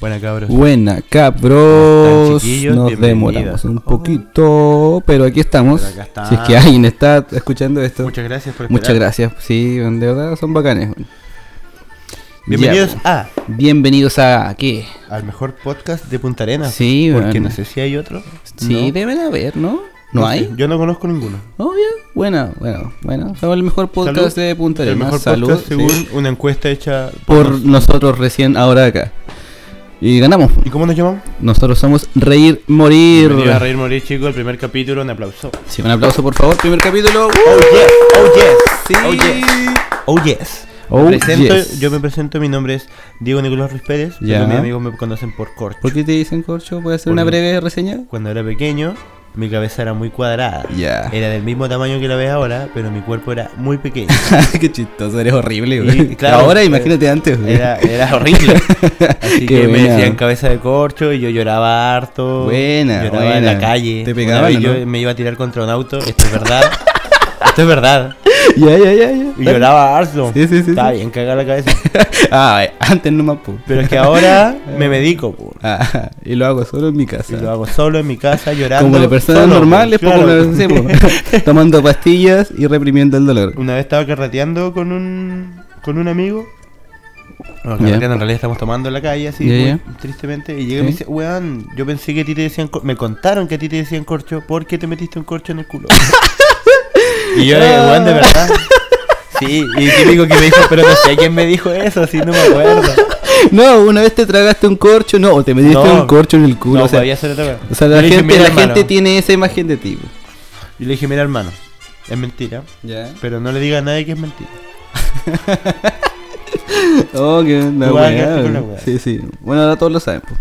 Buena, cabros. Buena, cabros. chiquillos? Nos Bienvenidas. demoramos un Oh. poquito, pero aquí estamos. Pero acá está. Si es que alguien está escuchando esto, muchas, Muchas gracias por gracias. Sí, de verdad son bacanes. weón. Bienvenidos Ya, a pues. bienvenidos a ¿qué? al mejor podcast de Punta Arenas. Sí, Porque bueno. no sé si hay otro. Sí, No. deben haber, ¿no? ¿No, sé, hay? Yo no conozco ninguno. Oh, ya. Bueno, bueno, bueno. Somos el mejor podcast Salud. de Punta El Arenas. mejor Salud. podcast sí. según una encuesta hecha Por nosotros recién ahora acá. Y ganamos. ¿Y cómo nos llamamos? Nosotros somos Reír Morir. Bienvenido a Reír Morir, chicos. El primer capítulo, un aplauso. Sí, un aplauso por favor, primer capítulo. Oh, yes. Oh, yes. Sí. Oh, yes. Oh, yes. Oh, Me presento, yes. Yo me presento, mi nombre es Diego Nicolás Ruiz Pérez. pero Ya. mis amigos me conocen por Corcho. ¿Por qué te dicen corcho? ¿Puedes hacer Por una mí. breve reseña? Cuando era pequeño, mi cabeza era muy cuadrada. Ya. Era del mismo tamaño que la ves ahora, pero mi cuerpo era muy pequeño. qué chistoso, eres horrible, Y, güey. claro, Ahora eh, imagínate antes, güey. Era, era horrible. Así Qué que me buena. decían cabeza de corcho y yo lloraba harto. Buena, Lloraba en buena. la calle. Te Una pegaban, vez ¿o no? Yo me iba a tirar contra un auto. Esto es verdad. Esto es verdad. Ya, ya, ya, ya. Y lloraba harto. Sí, sí, sí, Estaba sí. bien cagada la cabeza. Ah, ay, antes no más, po. Pero es que ahora me medico. po. Ah, y lo hago solo en mi casa. Y lo hago solo en mi casa llorando. Como la persona solo, normal, po, es poco claro. lo hacemos. Tomando pastillas y reprimiendo el dolor. Una vez estaba carreteando con un, con un amigo. Bueno, Ya. carreteando, en realidad estamos tomando en la calle, así, Ya, muy ya. tristemente. Y llegué y Sí. me dice, weón, yo pensé que a ti te decían... cor- Me contaron que a ti te decían corcho. ¿Por qué te metiste un corcho en el culo? y yo, eh, weón, Ah. de verdad. Sí, y típico que me dijo, pero no sé quién me dijo eso, así no me acuerdo. No, una vez te tragaste un corcho, no, o te metiste No. un corcho en el culo. no, o, sea, podía ser otra cosa. o sea, Yo la, le dije, gente, "Mira, la hermano". gente tiene esa imagen de ti. po. Yo le dije, mira, hermano, es mentira. Ya. Pero no le diga a nadie que es mentira. Oh, que la Tú vas a weá, quedarte con la weón. weá. Sí, sí. Bueno, ahora todos lo saben. po.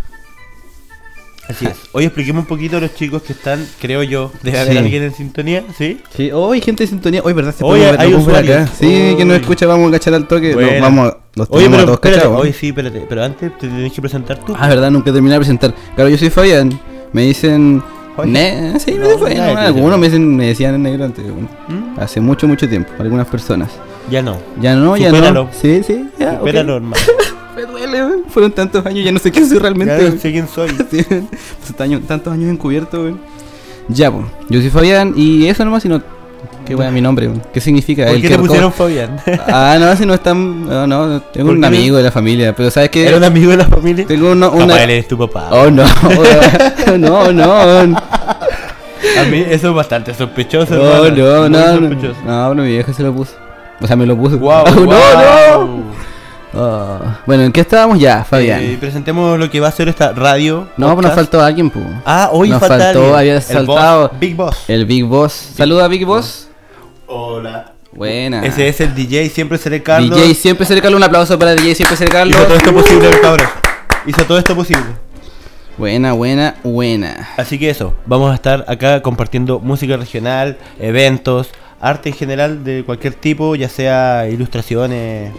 Así es. Hoy expliquemos un poquito a los chicos que están, creo yo, debe Sí. haber alguien en sintonía, ¿sí? Oh, Sí, hoy gente de sintonía. Hoy, ¿verdad? Se Hoy puede ver hay los por usuarios. acá. Sí, que nos Hoy. escucha, vamos a cachar al toque. Buena. Nos vamos, a- Oye, los tenemos a pero todos espérate, cachados. ¿eh? oye, sí, espérate, pero antes te tenés que presentar tú. Ah, verdad, nunca terminé de presentar. Claro, yo soy Fabián. Me dicen. Oye. Ne sí, me No, fue, nadie te no, dice nada. Algunos me, dicen, me decían negro antes. bueno, ¿Mm? Hace mucho, mucho tiempo. Algunas personas. Ya no. Ya no, ya Supéralo. no. Sí, sí. Ya, ok. Espéralo, hermano. Me duele, weón. Fueron tantos años, ya no sé quién soy realmente. Ya no weón. sé quién soy. Sí, weón. Pues, taño- tantos años encubierto, weón. Ya, pues. Yo soy Fabián y eso nomás, sino. Qué weón, mi nombre, weón. ¿Qué significa? ¿Por El qué que te recoge- pusieron Fabián? Ah, no, si no están. No, no, tengo ¿Por un qué? amigo de la familia, pero ¿sabes qué? ¿Era un amigo de la familia? Tengo una. una- Papá, él es tu papá. Oh, no, weón. no, no. No, A mí eso es bastante sospechoso. no, hermano. Muy Oh, no. No, sospechoso. no, pero mi vieja se lo puso. O sea, me lo puso. Guau, Oh, guau. no, no. Ah, Bueno, ¿en qué estábamos ya, Fabián? Eh, presentemos lo que va a ser esta radio. no, pues nos podcast. faltó alguien, pues. Ah, hoy nos falta faltó, alguien. había El saltado. boss, Big Boss. El Big Boss. Saluda a Big Boss. Hola. Buena. Ese es el DJ, siempre seré Carlos. DJ siempre cercano, un aplauso para DJ siempre cercano. Hizo todo esto posible, el cabrón. Hizo todo esto posible. Buena, buena, buena. Así que eso, vamos a estar acá compartiendo música regional, eventos, arte en general de cualquier tipo, ya sea ilustraciones,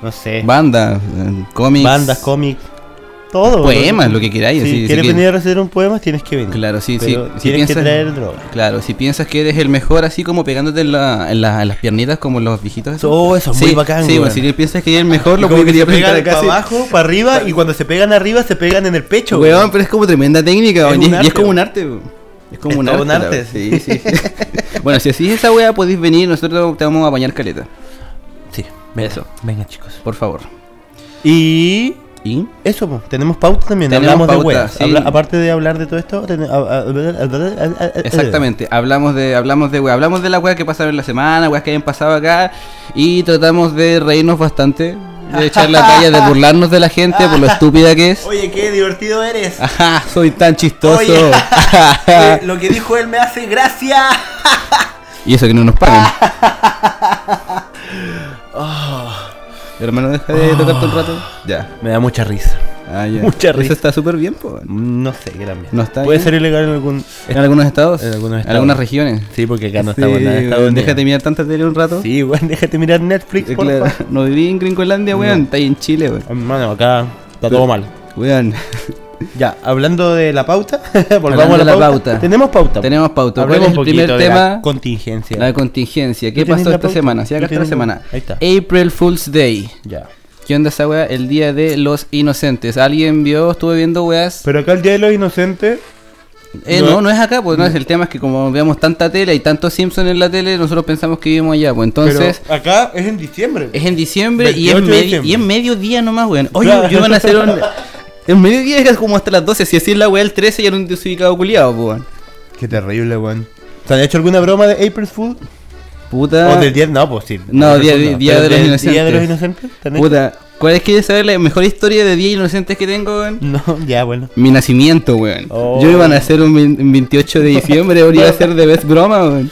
no sé, Bandas, eh, cómics. bandas, cómics, todo. Poemas, lo que queráis, Si sí, sí quieres que- venir a recibir un poema, tienes que venir. Claro, sí, sí. Pero Si Tienes que piensas- traer droga. Claro, si piensas que eres el mejor así como pegándote en, la- en la- en las piernitas como los viejitos. esos. Oh, eso es sí, muy bacán, Sí, weón. bueno, si piensas que eres el mejor, lo Y como que que quería se pegan presentar para acá. sí. abajo, para arriba, y cuando se pegan arriba, se pegan en el pecho. Weón, güey. pero es como tremenda técnica, Es weón, un y es- Y es arte, como un weón. arte, weón. Es como Es un todo arte. un la arte, weón. Sí, sí. sí. bueno, si así es esa weá, podéis venir, nosotros te vamos a apañar caleta. Sí, venga, Eso. Venga, chicos. Por favor. Y ¿Y? Eso, po. tenemos pauta también, Tenemos hablamos pauta, de weas. sí. Habla- aparte de hablar de todo esto, ten- a- a- a- a- Exactamente, hablamos de hablamos de wea, hablamos de las weas que pasaron en la semana, weas que hayan pasado acá y tratamos de reírnos bastante, de echar la talla, de burlarnos de la gente por lo estúpida que es. Oye, qué divertido eres. Ajá, soy tan chistoso. Oye. Lo que dijo él me hace gracia. y eso que no nos pagan. Oh. Hermano, deja de tocarte un rato. Ya. Me da mucha risa. Ah, ya. Oh. Mucha Eso risa. está súper bien, po. No sé, qué también. No está Puede bien. ser ilegal en algún. En algunos estados, En algunos estados. algunas regiones. Sí, porque acá no Sí, estamos en nada. de Estados Unidos. déjate mirar tanta tele un rato. Sí, weón, déjate mirar Netflix, Eh, por claro, favor. no viví en Gringolandia, weón, está ahí en Chile, weón. Hermano, acá está todo mal. Weón, Ya, hablando de la pauta, Hablando volvamos de a la la pauta. pauta. Tenemos pauta. tenemos pauta. ¿Cuál Hablemos es un el poquito de primer la tema? contingencia. La contingencia. ¿No ¿Qué tienes pasó la esta pauta? semana? Sí, No acá está la tienes- semana. Ahí está. April Fool's Day. Ya. Que ¿Qué onda esa weá? El Día de los Inocentes. ¿Alguien vio? Estuve viendo weas. Pero acá el Día de los Inocentes. Eh, no, no es acá, pues no es el tema, es que como veamos tanta tele y tantos Simpsons en la tele, nosotros pensamos que vivimos allá, pues entonces... pero acá es en diciembre. Es en diciembre y es, 28 de medi- diciembre. y es mediodía nomás, weón. Oye, Claro. yo van a hacer un. En mediodía es como hasta las 12. Si así es la weá el 13, ya era un desubicado culiado, po, weón. Qué terrible, weón. ¿Se han hecho alguna broma de April Fool? Puta. O del día. No, pues sí. Ah. No, día- April Fool día Pero de los del Día de Inocentes. los Inocentes también. Puta. ¿Cuál es que saber la mejor historia de 10 inocentes que tengo, weón? No, ya, bueno. Mi nacimiento, weón. Oh. Yo iba a nacer un vein- un 28 de diciembre, ahora iba a ser de best broma, weón.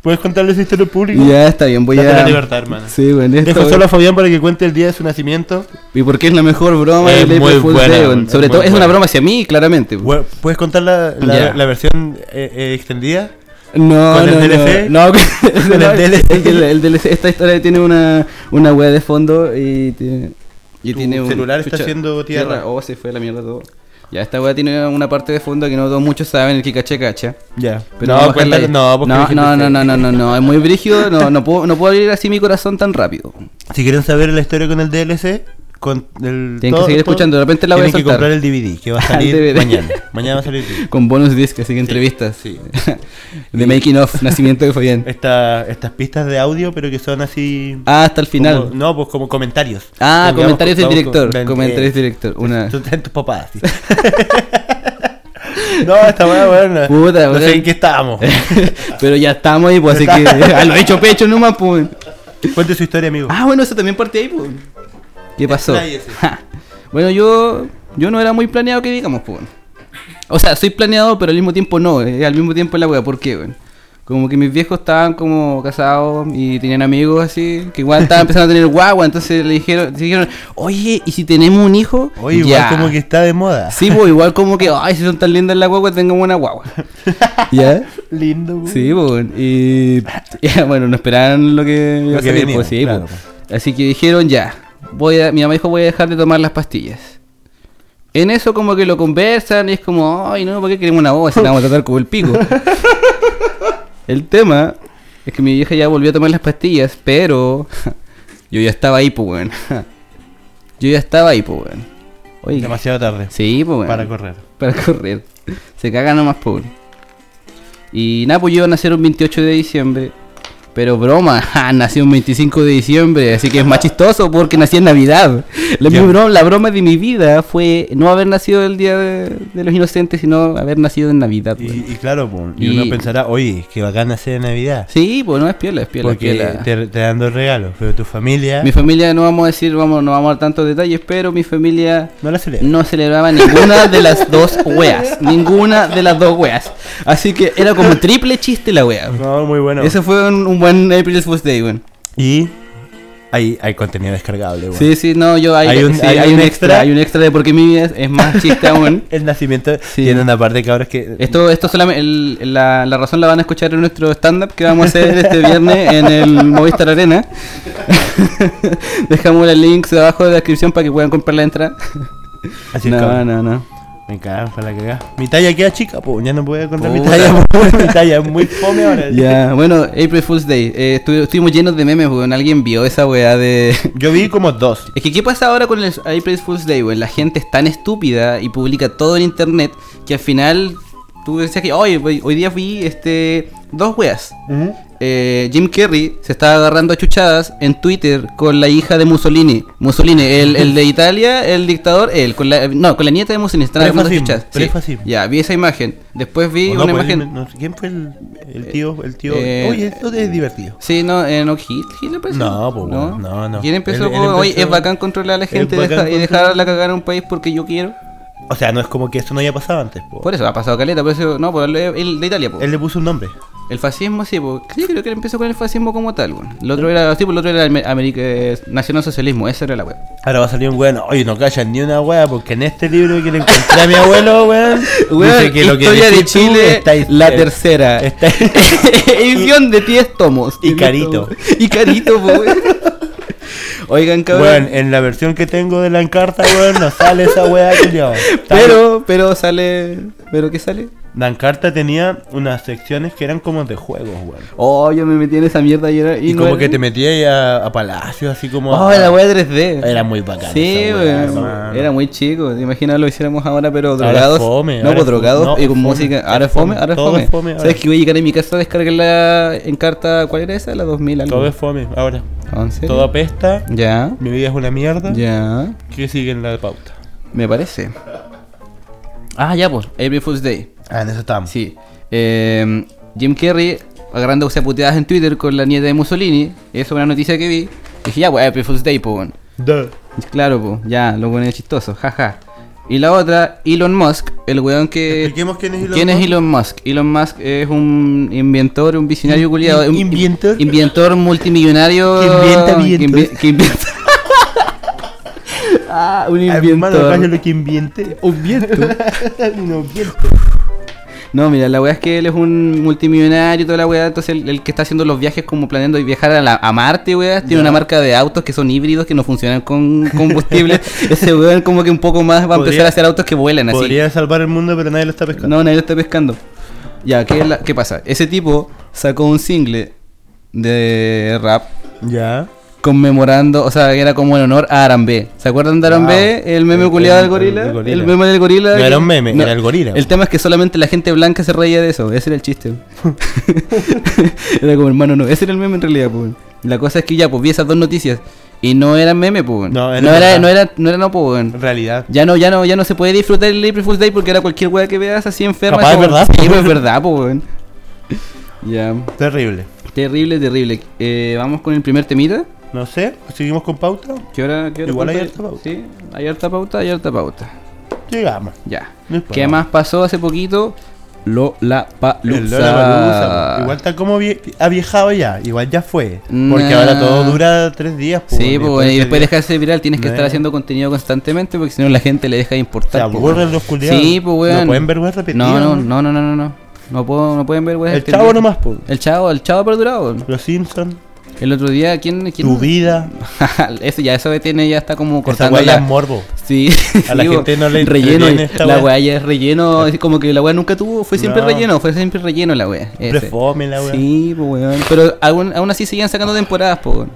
¿Puedes contarle esa historia al público? Ya está bien, voy Date a. la libertad, hermano. Sí, weón. esto, Dejo weón. solo a Fabián para que cuente el día de su nacimiento. ¿Y por qué es la mejor broma Es de April muy Fool's buena, Day, weón? weón, es Sobre muy todo, es una buena. broma hacia mí, claramente. weón. Bueno, ¿Puedes contar la, la, Ya. la versión eh, eh, extendida? No, ¿Con el no, DLC? no, no, con- ¿Con el no, DLC? es que el- el DLC Esta historia tiene una, una wea de fondo y tiene. Y Tu celular está haciendo tierra. Oh, se fue la mierda todo. Ya, esta wea tiene una parte de fondo que no todos muchos saben, el que caché cacha. Ya. Pero no, vamos a dejarla cuéntale. ahí. No, porque no, dijiste no, no, que- no, no, no, no, es muy brígido, no, no puedo, no puedo abrir así mi corazón tan rápido. Si quieren saber la historia con el DLC, con el. Tienen que seguir escuchando, de repente la voy a Tienen que soltar. comprar el DVD, que va a El salir DVD. mañana. Mañana va a salir. el DVD. Con bonus disc, así que entrevistas. sí. de making of, nacimiento de Fabián. Esta- estas pistas de audio, pero que son así. Ah, hasta el final. como- no, pues como comentarios. Ah, Digamos, comentarios del vamos director. con- comentarios eh, del director. Una. Tú estás en tus papás, sí. no, esta weá, bueno. Puta, no weón. sé en qué estábamos. Pero ya estamos ahí, pues así que a lo hecho pecho nomás, pues. Cuente su historia, amigo. Ah, bueno, eso también parte ahí, pues. ¿Qué pasó? Expláyese. Ja. bueno, yo yo no era muy planeado que digamos, pues. O sea, soy planeado, pero al mismo tiempo no, eh, al mismo tiempo es la wea, ¿por qué, weón? Como que mis viejos estaban como casados y tenían amigos así, que igual estaban empezando a tener guagua, entonces le dijeron, se dijeron, oye, ¿y si tenemos un hijo? Oye, igual Ya. como que está de moda. Sí, pues igual como que, ay, si son tan lindas las guaguas, tengamos una guagua. ¿Ya? Lindo, weón. Sí, pues, weón. y ya, bueno, no esperaban lo que iba Lo a que salir, venía, pues, sí, claro, pues. Así que dijeron ya, voy a, mi mamá dijo voy a dejar de tomar las pastillas. En eso como que lo conversan y es como, ay no, ¿por qué queremos una voz? Si la vamos a tratar como el pico. el tema es que mi vieja ya volvió a tomar las pastillas, pero yo ya estaba ahí, pues weón. yo ya estaba ahí, pues weón. Oye, Demasiado tarde sí, pues weón para correr. para correr. Se caga nomás, pobre. Y nada, pues yo nací un 28 de diciembre. Pero broma, ja, nací un 25 de diciembre, así que es más chistoso porque nací en Navidad. La, Ya. mi broma, la broma de mi vida fue no haber nacido el Día de, de los Inocentes, sino haber nacido en Navidad. weón. Y, y claro, pues, y, uno Y- pensará, oye, qué bacán hacer en Navidad. Sí, pues no es piola, es piola. es porque piola. te, te dan dos regalos, pero tu familia Mi familia, no vamos a decir, vamos, no vamos a dar tantos detalles, pero mi familia no la celebra. no celebraba ninguna de las dos weas. Ninguna de las dos weas. Así que era como triple chiste la wea. No, muy bueno. Ese fue un, un buen April Fool's Day, weón. Y hay, hay contenido descargable, weón. Sí, sí, no, yo hay, sí, hay un, extra, hay un extra de porque mi vida es, es más chiste aún. El nacimiento Sí. tiene una parte que ahora es que... Esto, esto solamente, el- la, la razón la van a escuchar en nuestro stand-up que vamos a hacer este viernes en el Movistar Arena. Dejamos los links abajo de la descripción para que puedan comprar la entrada. Así es, No, cabrón. no, no. Me cagan para la cagada. Mi talla queda chica, pues ya no puedo contar mi Puta. talla. po. mi talla es muy fome ahora. Ya, bueno, April Fool's Day. Eh, estu- estuvimos llenos de memes, weón. Alguien vio esa weá de. Yo vi como dos. Es que, ¿qué pasa ahora con el April Fool's Day, weón? La gente es tan estúpida y publica todo en internet que al final tú decías que hoy, hoy día vi este, dos weas. Eh, Jim Carrey se estaba agarrando a chuchadas en Twitter con la hija de Mussolini. Mussolini, el, el de Italia, el dictador, él. Con la, no, con la nieta de Mussolini. se Estaban agarrando a Prefascismo, chuchadas. Sí. prefascismo. Ya, vi esa imagen. Después vi O una no, pues, imagen. dime, no sé, ¿Quién fue el, el tío? El tío? eh, Oye, esto es divertido. Sí, no, eh, no Hit- Hitler parece. No, po, weón, no, no. ¿Quién empezó, Él- él po? Oye, empezó- es bacán controlar a la es gente y bacán deja- y controlar- dejarla cagar a un país porque yo quiero. O sea, no es como que esto no haya pasado antes. po. Por eso ha pasado caleta, por eso, no, por el, el de Italia, po. Él le puso un nombre. El fascismo, sí, po. Yo creo que él empezó con el fascismo como tal, weón. El otro era, sí, po, el otro era Amer- América, eh, nacionalsocialismo, esa era la web. Ahora va a salir un weón. Oye, no callan ni una wea, porque en este libro que le encontré a mi abuelo, weón. dice que lo que historia de decís tú Chile, está ahí- la eh, tercera. está- Edición de 10 tomos. Y carito. Y carito, po, weón. Oigan, cabrón. Weón, en la versión que tengo de la encarta, weón, no sale esa wea, culiao. Está- Pero, pero sale. ¿Pero qué sale? Dancarta tenía unas secciones que eran como de juegos, weón. Oh, yo me metí en esa mierda y era. Y, no como era- que te metías ahí a, a palacios, así como. Oh, a- la wea 3D. Era muy bacán. Sí, esa weá, weón. hermano. Era muy chico. Imagina lo hiciéramos ahora, pero Ahora drogados. es fome, no, ahora pues es fome. drogados No, y con fome. música. Ahora es fome, ahora es Todo fome. es fome, ¿Sabes ahora. que voy a llegar a mi casa a descargar la encarta? ¿Cuál era esa? La 2000 algo. Todo es fome, ahora. Ah, ¿en serio? Todo apesta. Ya, Mi vida es una mierda. ya. ¿Qué sigue en la pauta? Me parece. Ah, ya, pues. April Fool's Day. Ah, en eso estamos. Sí. Eh, Jim Carrey agarrándose a puteadas en Twitter con la nieta de Mussolini. Eso fue una noticia que vi. Dije, ya, pues, April Fool's Day, pues, weón. Duh. Claro, pues, ya, lo pone chistoso, jaja. Y la otra, Elon Musk, el weón que. Expliquemos quién es Elon Musk. Musk. Elon Musk es un inventor, un visionario culiado. in- inventor. Inventor multimillonario. Que inventa vientos. invi- que inventa- ah, un Hermano, inventor. calla lo que inviente. Un viento. no, viento. No, mira, la weá es que él es un multimillonario y toda la weá, entonces el, el que está haciendo los viajes como planeando viajar a, la- a Marte, weá, tiene una marca de autos que son híbridos que no funcionan con combustible. Ese weón como que un poco más va a empezar Podría- a hacer autos que vuelan así. Podría salvar el mundo, pero nadie lo está pescando. No, nadie lo está pescando. Ya, ¿qué, es la- ¿qué pasa? Ese tipo sacó un single de rap Ya. conmemorando, o sea, que era como en honor a Arambé. ¿Se acuerdan de Arambé? Wow. El meme El- culiado el- del gorila. el El, gorila. meme del gorila. No que- era un meme, era el gorila. El tema es que solamente la gente blanca se reía de eso. Ese era el chiste. era como, hermano, no. Ese era el meme en realidad, pues. La cosa es que ya, pues vi esas dos noticias. Y no eran meme, pues. No, era no era, verdad. no era, no era, no, pues. En realidad. Ya no, ya no, ya no se puede disfrutar el April Fool's Day porque era cualquier weá que veas así enferma. Capaz es como- verdad. Sí, pues, es verdad, po, weón. Ya. Terrible. Terrible, terrible. Eh, Vamos con el primer temita. No sé, seguimos con pauta. ¿Qué hora? Qué hora Igual hay cuánto- harta pauta. Sí, hay harta pauta, hay harta pauta. Llegamos. Ya. No es ¿Qué problema. más pasó hace poquito? Lola El Lollapalooza, Igual Palusa. está como vie- ha viajado ya, igual ya fue. Nah. Porque ahora todo dura tres días. po, Sí, pues, y se- después deja de ser viral, tienes que No estar es- haciendo contenido constantemente porque si no la gente le deja de se importar. po, aburren weón. los culiados. pues, Sí, pues, weón. No pueden ver weas repetidas. No, no, no, no, no, no, no. No, puedo, no pueden ver, weón. El chavo nomás, po. El chavo, el chavo ha perdurado. weón. Los Simpsons, El otro día, ¿quién? quién tu vida. eso ya, eso que tiene, ya está como Esa cortando wea ya es la... morbo. Sí, A la sí, gente no le relleno. entretiene esta La wea. weá ya es relleno, es como que la weá nunca tuvo, fue siempre No. relleno, fue siempre relleno la weá. ese. Siempre fome la wea. Sí, pues weón. Pero aún, aún así seguían sacando temporadas, pues weón.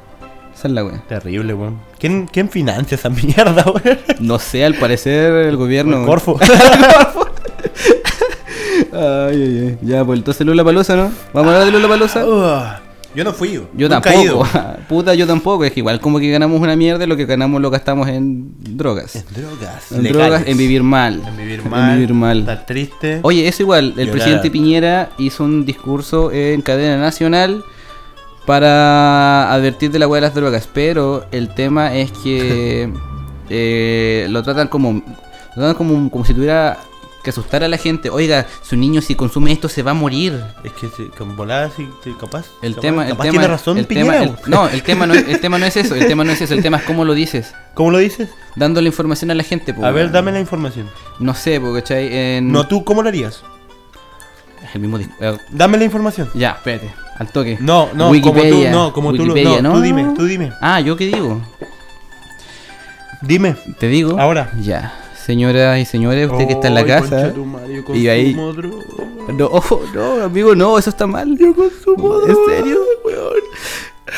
Esa es la weá. Terrible, weón. ¿Quién, ¿Quién financia esa mierda, weón? No sé, al parecer el gobierno. El Corfo. Ay, ay, ay. Ya, pues entonces Lula Palusa, ¿no? Vamos a hablar de Lula Palusa. yo no fui. Yo Uh, nunca he ido. tampoco, puta, yo tampoco. Es que igual como que ganamos una mierda, lo que ganamos lo gastamos en drogas. En drogas. En legales. drogas, en vivir mal. En vivir mal. vivir mal. Estar triste. Oye, eso igual, el Llorar. presidente Piñera hizo un discurso en cadena nacional para advertir de la hueá de las drogas, pero el tema es que eh, lo tratan como lo tratan como, como si tuviera que asustar a la gente. Oiga, su niño si consume esto se va a morir. Es que si- con voladas y y capaz. El capaz- tema, el capaz tema, tiene razón el Piñera. tema- el- weón. no, el tema no, el tema no es eso, el tema no es eso, el tema es cómo lo dices, ¿Cómo lo dices? dando la información a la gente. po, A ver, weón. dame la información. No sé, porque ¿cachai? En- No, tú, ¿cómo lo harías? el mismo dis- eh, Dame la información. Ya, espérate, al toque. No, no, Wikipedia, como tú, no, como Wikipedia, tú, lo- no, ¿no? tú dime, tú dime. Ah, ¿yo qué digo? Dime. Te digo. Ahora. Ya, señoras y señores, usted que está en la Ay, casa. concha tu madre, yo Y ahí- consumo droga. No, ojo, no, amigo, no, eso está mal. Yo consumo ¿En droga, serio? weón.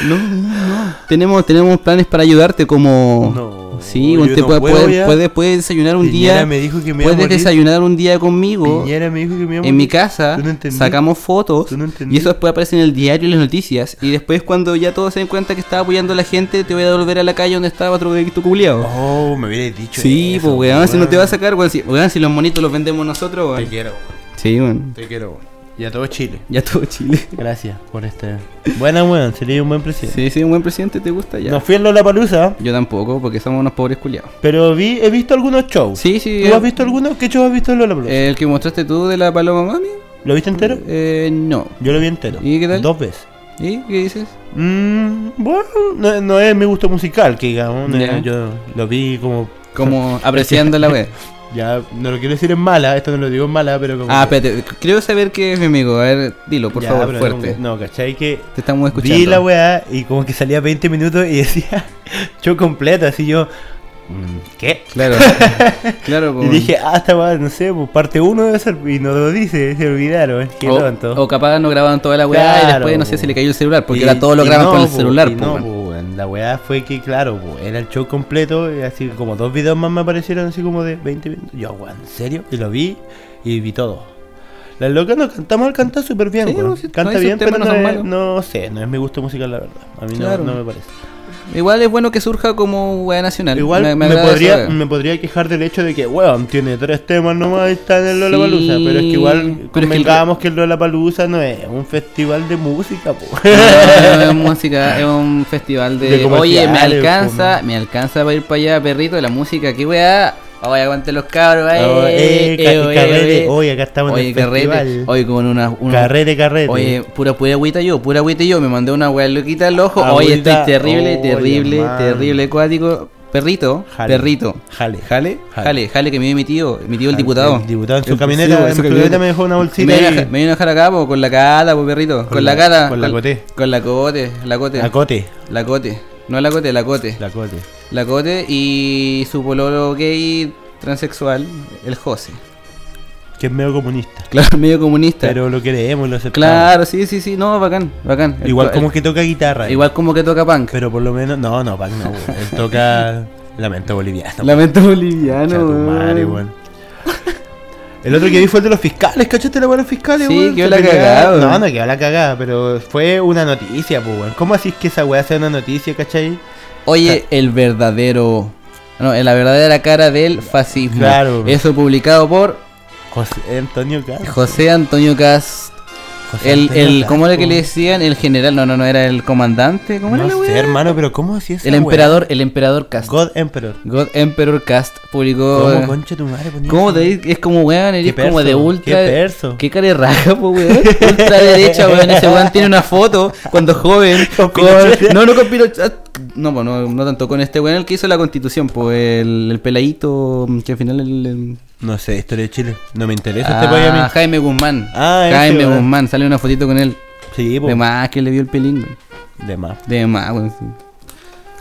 No, no, no. Tenemos, tenemos planes para ayudarte como... No, Sí, yo usted no puede, puedo puede, ya. puede- puede desayunar un Piñera día. me dijo que me iba a Puedes morir. desayunar un día conmigo. Piñera me dijo que me iba a En mi morir. casa Tú no entendí. sacamos fotos Tú no y entendí. eso después aparece en el diario y las noticias. Y después, cuando ya todos se den cuenta que estaba apoyando a la gente, te voy a devolver a la calle donde estaba otro tu culiao. Oh, me hubieras dicho Sí, eso, pues weón, si no te vas a sacar, weón, si, weón, si los monitos los vendemos nosotros, Te weón. quiero, weón. Sí, weón. te quiero. weón. Y a todo Chile. Ya todo Chile. Gracias por este. Buena, weón, sería un buen presidente. Sí, sí, un buen presidente, ¿te gusta ya? No fui en Lollapalooza, Yo tampoco, porque somos unos pobres culiados. pero vi, he visto algunos shows. Sí, Eh, sí. ¿Tú eh, has visto alguno? ¿Qué show has visto en Lollapalooza? El que mostraste tú de la paloma mami? ¿Lo viste entero? Eh, no. Yo lo vi entero. ¿Y qué tal? Dos veces. ¿Y qué dices? Mm, bueno, no, no es mi gusto musical, que digamos. no, Ya. Yo lo vi como. Como apreciando la web. Ya, no lo quiero decir en mala, esto no lo digo en mala, pero como. Ah, espérate, creo saber que es mi amigo. A ver, dilo, por Ya, favor, pero fuerte. como- No, ¿cachai? Que Te estamos escuchando. vi la weá y como que salía 20 minutos y decía show completo, así yo. mm, ¿Qué? Claro, claro. Y pues. dije, ah, esta weá, no sé, pues parte 1 debe ser. Y no lo dice, se olvidaron. Qué tonto. o, o capaz no grababan toda la weá y Claro, después no sé po. si le cayó el celular, porque Y- ahora todo lo y graban no, con el po, celular, y po, no, weón. po, weón. La weá fue que, claro, po, era el show completo. y Así como dos videos más me aparecieron, así como de 20 minutos. Yo, weón, ¿en serio? Y lo vi y vi todo. Las locas nos cantamos, canta súper bien. Sí, weón. no, sí, no, Canta esos bien, temas pero no no, son es- malos. no sé, no es mi gusto musical, la verdad. A mí no- Claro. no, me parece. Igual es bueno que surja como weá nacional. Igual me, agrada podría, mm, esa weá. me podría quejar del hecho de que, weón, tiene tres temas nomás y está en el Sí, Lollapalooza. Pero es que pero es que igual el- convengábamos que el Lollapalooza no es un festival de música, po. No, es música, es un festival de, De oye, me comerciales, alcanza, po, me alcanza para ir para allá, perrito, la música, qué weá. Oye, aguante los cabros, eh, Oh, eh, ca- oye, carrete. oye. Oye, acá estamos en Oye, el carrete, festival. oye, con una, una- Carrete, carrete. Oye, pura, pura agüita yo, pura agüita yo, me mandé una weá loquita al ojo, oye, Agüita, estoy oye, terrible, terrible, man. terrible, acuático, perrito, Jale. perrito. Jale. Jale, Jale. jale, jale que me dio mi tío, mi tío el diputado. El diputado en El- su camioneta, sí, en su camioneta me dejó una me bolsita vino a y- dejar- me vino a dejar acá, po, con la cata, po, perrito. Con, la, la- cata. con la cote. Con la cote, la cote. La cote. La cote. No la cote, la cote. La cote. La cote y su pololo gay transexual, el José. Que es medio comunista. Claro, medio comunista. Pero lo queremos, lo aceptamos. claro, sí, sí, sí, no, bacán, bacán. El Igual to- como el- que toca guitarra. igual como que toca punk. Pero por lo menos. No, no, Pac no. weón. Él toca. Lamento boliviano. Lamento Concha boliviano. tu weón. madre, weón. El otro que vi fue el de los fiscales, ¿cachaste la weá de los fiscales, Sí, weón? quedó Se la pelearon. cagada, weón. No, no quedó la cagada, pero fue una noticia, pues, weón. ¿Cómo así es que esa weá sea una noticia, cachai? Oye, el verdadero. No, la verdadera cara del fascismo. Claro. Eso publicado por José Antonio Castro. José Antonio Cast. José El, Antonio el, ¿Cómo era Castro. que le decían? El general, no, no, no, era el comandante. ¿Cómo era la No sé, weá? hermano, pero ¿cómo así es El emperador, el emperador Cast. God, God Emperor. Emperor Cast publicó. eh, ¿Cómo concha tu madre? ponía ¿Cómo eso? te dices? Es como weón, Qué eres como perso, de ultra. qué perso. Qué cara de raja, po, weón. Ultra derecha, weón. Ese weón tiene una foto cuando joven. Con con- Pinochet. No, no con Pinochet. Ah, No, po, no, no tanto con este weón, el que hizo la constitución, pues el, el peladito mm, que al final el. el- No sé, historia de Chile. No me interesa Ah, este país a mí. Jaime Guzmán. Ah, ese Jaime weón. Guzmán, sale una fotito con él. Sí, po. De más que le vio el pelín, weón. De más. De más, weón. sí.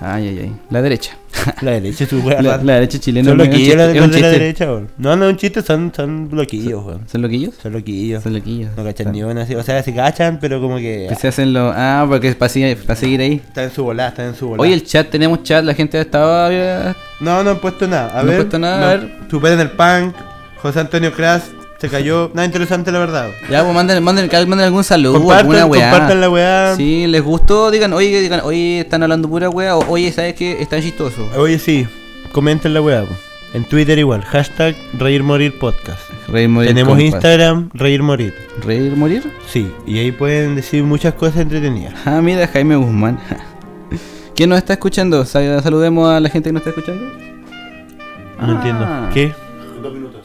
Ay, ay, ay. La derecha. La derecha es su wea. La, rara. la derecha chilena. Son weón, es un loquillos los chiste- es un de la chiste. derecha, weón. No, no, un chiste, son, son loquillos, weón. ¿Son loquillos? Son loquillos. Son loquillos. No cachan ni una, sí. o sea, se cachan, pero como que Que se hacen lo. Ah, porque para seguir, pa' seguir ahí. está en su volada, está en su volada. Hoy el chat, tenemos chat, la gente estaba. eh, No, no han puesto nada. A No han ver, puesto nada, a ver. Superen el punk. José Antonio Kras se cayó. Nada interesante, la verdad. Ya, pues manden, manden, cal- manden algún saludo, alguna compartan, weá. compartan la weá. Si les gustó, digan, oye, digan, oye, están hablando pura weá, o oye, ¿sabes qué? Están chistosos. Oye, sí, comenten la weá. po. En Twitter igual, hashtag Reír Morir Podcast. Reír morir. Tenemos compas. Instagram, Reír Morir. ¿Reír morir? Sí, y ahí pueden decir muchas cosas entretenidas. Ah, mira, Jaime Guzmán. ¿Quién nos está escuchando? Sa- Saludemos a la gente que nos está escuchando. No entiendo. Ah. ¿Qué? Dos minutos.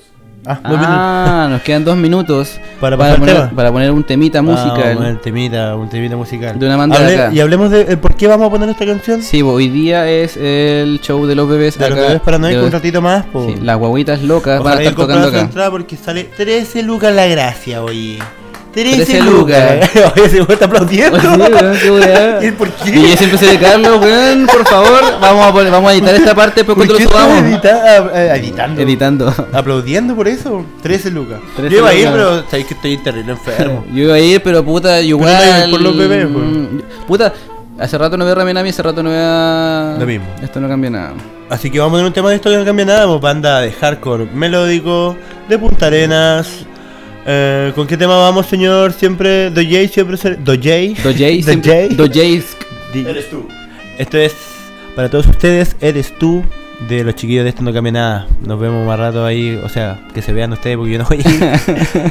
Ah, dos minutos. Ah, nos quedan dos minutos Para pasar poner, tema. Ah, para poner un temita musical. Vamos, un temita, un temita musical. De una banda de Hable- acá. Y hablemos de el por qué vamos a poner esta canción. Sí, bo, hoy día es el show de los bebés de los acá, bebés de paranoicos un los- ratito más. po. sí, las guaguitas locas Ojalá van a hayan estar tocando comprado su acá. entrada porque sale 13 lucas la gracia, oye. 13, 13 lucas. oye, se me está aplaudiendo. Oye, weón, qué weá. ¿Y por qué? Y ese empecé de Carlos, weón, por favor, vamos a, poner- vamos a editar esta parte después cuando ¿Por lo qué estás subamos. edita- ah, eh, editando? Editando. Aplaudiendo por eso. 13 lucas. 13 Yo iba a ir, lucas. pero sabéis que estoy terrible enfermo. Yo iba a ir, pero puta, igual. no ir por los bebés, mm, Puta, hace rato no veo a Raminami, hace rato no veo a. Lo mismo. Esto no cambia nada. Así que vamos a poner un tema de esto que no cambia nada. pues, Banda de hardcore melódico, de Punta Arenas. Eh, ¿Con qué tema vamos, señor? Siempre. Dojay, siempre. se- Dojay. Dojay, Dojay. Dojay. Eres tú. Esto es para todos ustedes, eres tú de los chiquillos de esto no cambia nada. Nos vemos más rato ahí, o sea, que se vean ustedes porque yo no voy a ir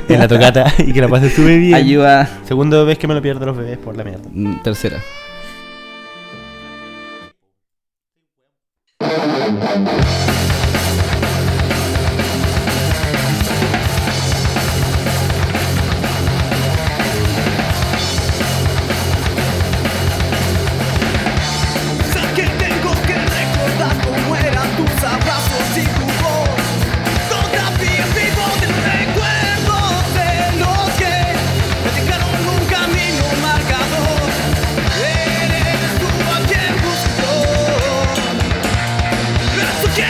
en la tocata y que la pasen súper bien. Ayuda. Segunda vez que me lo pierdo los bebés por la mierda. Mm, Tercera. Sé que tengo que recordar cómo eran tus abrazos y tu voz. Todavía vivo del recuerdo de los que me dejaron un camino marcador. Eres tú a quien busco. Pero tú que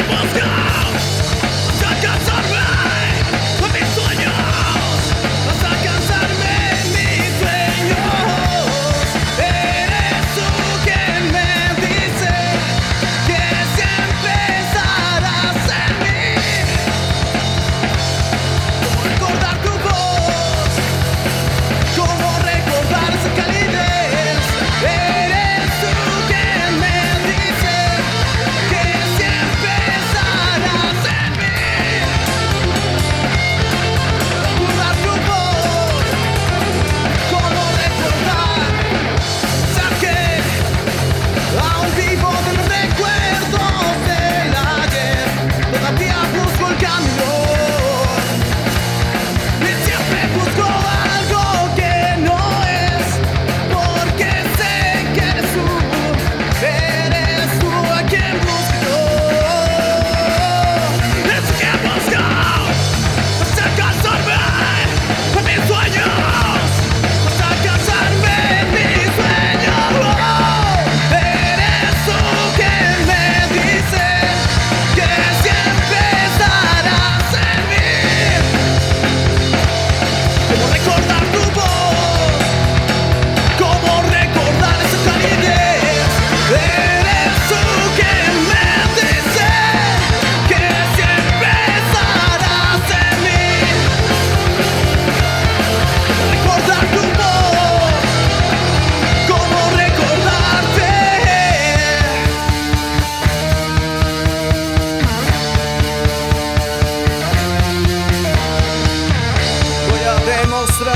muestra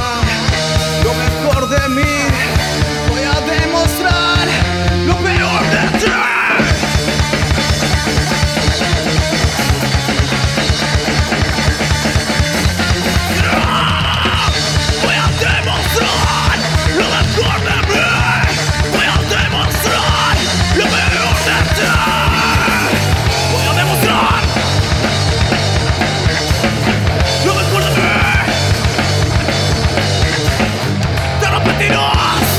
lo mejor de mí. Voy a demostrar lo peor de ti. Voy a demostrar lo mejor de mí. Voy a demostrar lo peor de ti. Voy a demostrar lo mejor de mí. ¡Te arrepentirás!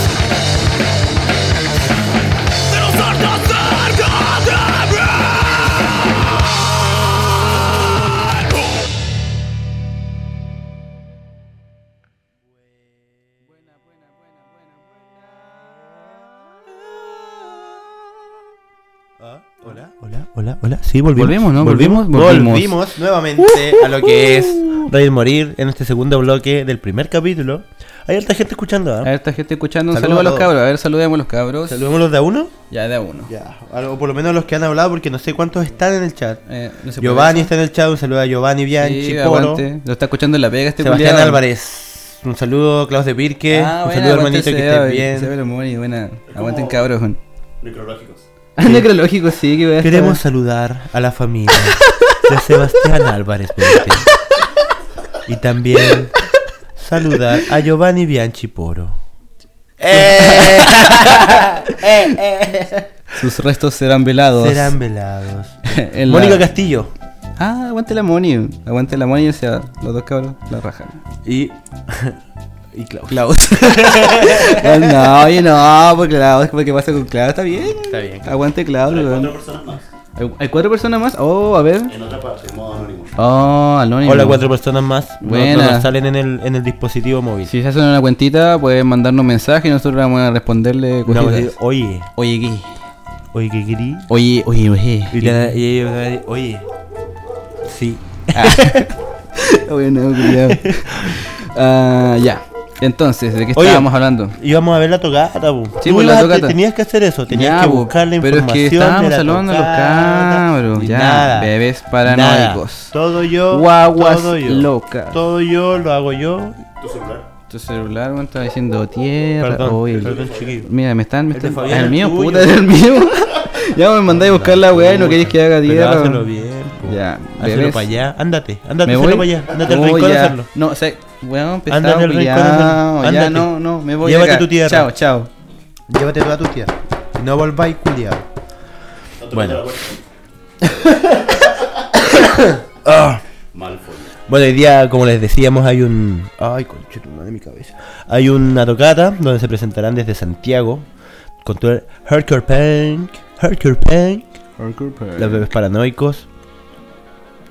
¡De los hartas cerca de Ah, Hola, hola, hola, hola. Sí, volvimos. Volvemos, ¿no? Volvimos, Uh-huh. Volvimos. volvimos. nuevamente a lo que es Reír Morir en este segundo bloque del primer capítulo. Hay alta gente escuchando, A ¿ah? ver, esta gente escuchando. Un Saludos saludo a a los todos. cabros. A ver, saludemos a los cabros. ¿Saludemos los de a uno? Ya, de a uno. Ya, o por lo menos los que han hablado, porque no sé cuántos están en el chat. Eh, no se puede Giovanni decir. está en el chat, un saludo a Giovanni Bianchi, Sí, Polo, aguante. Lo está escuchando en La Vega este Sebastián culiao. Álvarez, un saludo Klaus de Pirque, Ah, un buena, saludo aguante hermanito, que ese estés Abel, ese bien. Abel Mori, buena. Aguanten como- cabros. weón. Necrológicos. Ah, Necrológico, sí, que voy a Queremos saludar a la familia de Sebastián Álvarez Pinto. Y también saludar a Giovanni Bianchi Poro. Sus restos serán velados. Serán velados. en la- Mónica Castillo. Ah, aguante la Moni. Aguante la Moni, o sea, los dos cabros la rajan. Y. y Klaus. Klaus. no, no, oye, no, pues Klaus, ¿qué pasa con Klaus? Está bien. Está bien. Aguante Klaus. weón. Cuatro personas más. ¿Hay, hay cuatro personas más? Oh, a ver. En otra parte, en modo anónimo. Oh, anónimo. Hola, cuatro personas más. No- No, Buena. nos salen en el, en el dispositivo móvil. Si se hacen una cuentita, pueden mandarnos mensaje y nosotros vamos a responderle Una voz cositas. de, oye, Oye, ¿qué? oye, ¿qué querí? Oye, oye, oye. Y, la- y ellos van a decir, oye, sí. bueno, cuidado. Ah, ya. Entonces, ¿de qué Oye. estábamos hablando? Íbamos a ver la tocata, bu. Sí, Tú pues, la ibas a- tocata. Tenías que hacer eso, tenías Ya, que bo, buscar la pero es que información. de estábamos la hablando de los tocata cabros, y ya, bebés paranoicos. nada. Todo yo. Guaguas todo yo. locas. Todo yo lo hago yo. ¿Tu celular? Tu celular me estaba diciendo tierra. Perdón, oye, perdón, chiquillo. Mira, me están. Me El de están Fabián Ah, el es mío, tuyo. puta, es el mío. ya me mandáis a buscar la weá y no queréis que haga Pero tierra. Hácelo bien, po. Ya, Hácelo bebés. para allá. Ándate, ándate, Me hazlo voy. para allá. Ándate al Voy rincón a ya. hacerlo. No, o sea, weón, pesado, Ándate al rincón a hacerlo. culiao. Ya, Ándate. no, no, me voy. Llévate acá. tu tierra. Chao, chao. Llévate toda tu tierra. No volváis culiado. ¿No te Bueno. acuerdas de la puerta? Mal follado. Ah. Bueno, hoy día, como les decíamos, hay un. Ay, conchetumada de mi cabeza. Hay una tocata donde se presentarán desde Santiago con todo el Hardcore Punk, Hardcore Punk, los bebés paranoicos,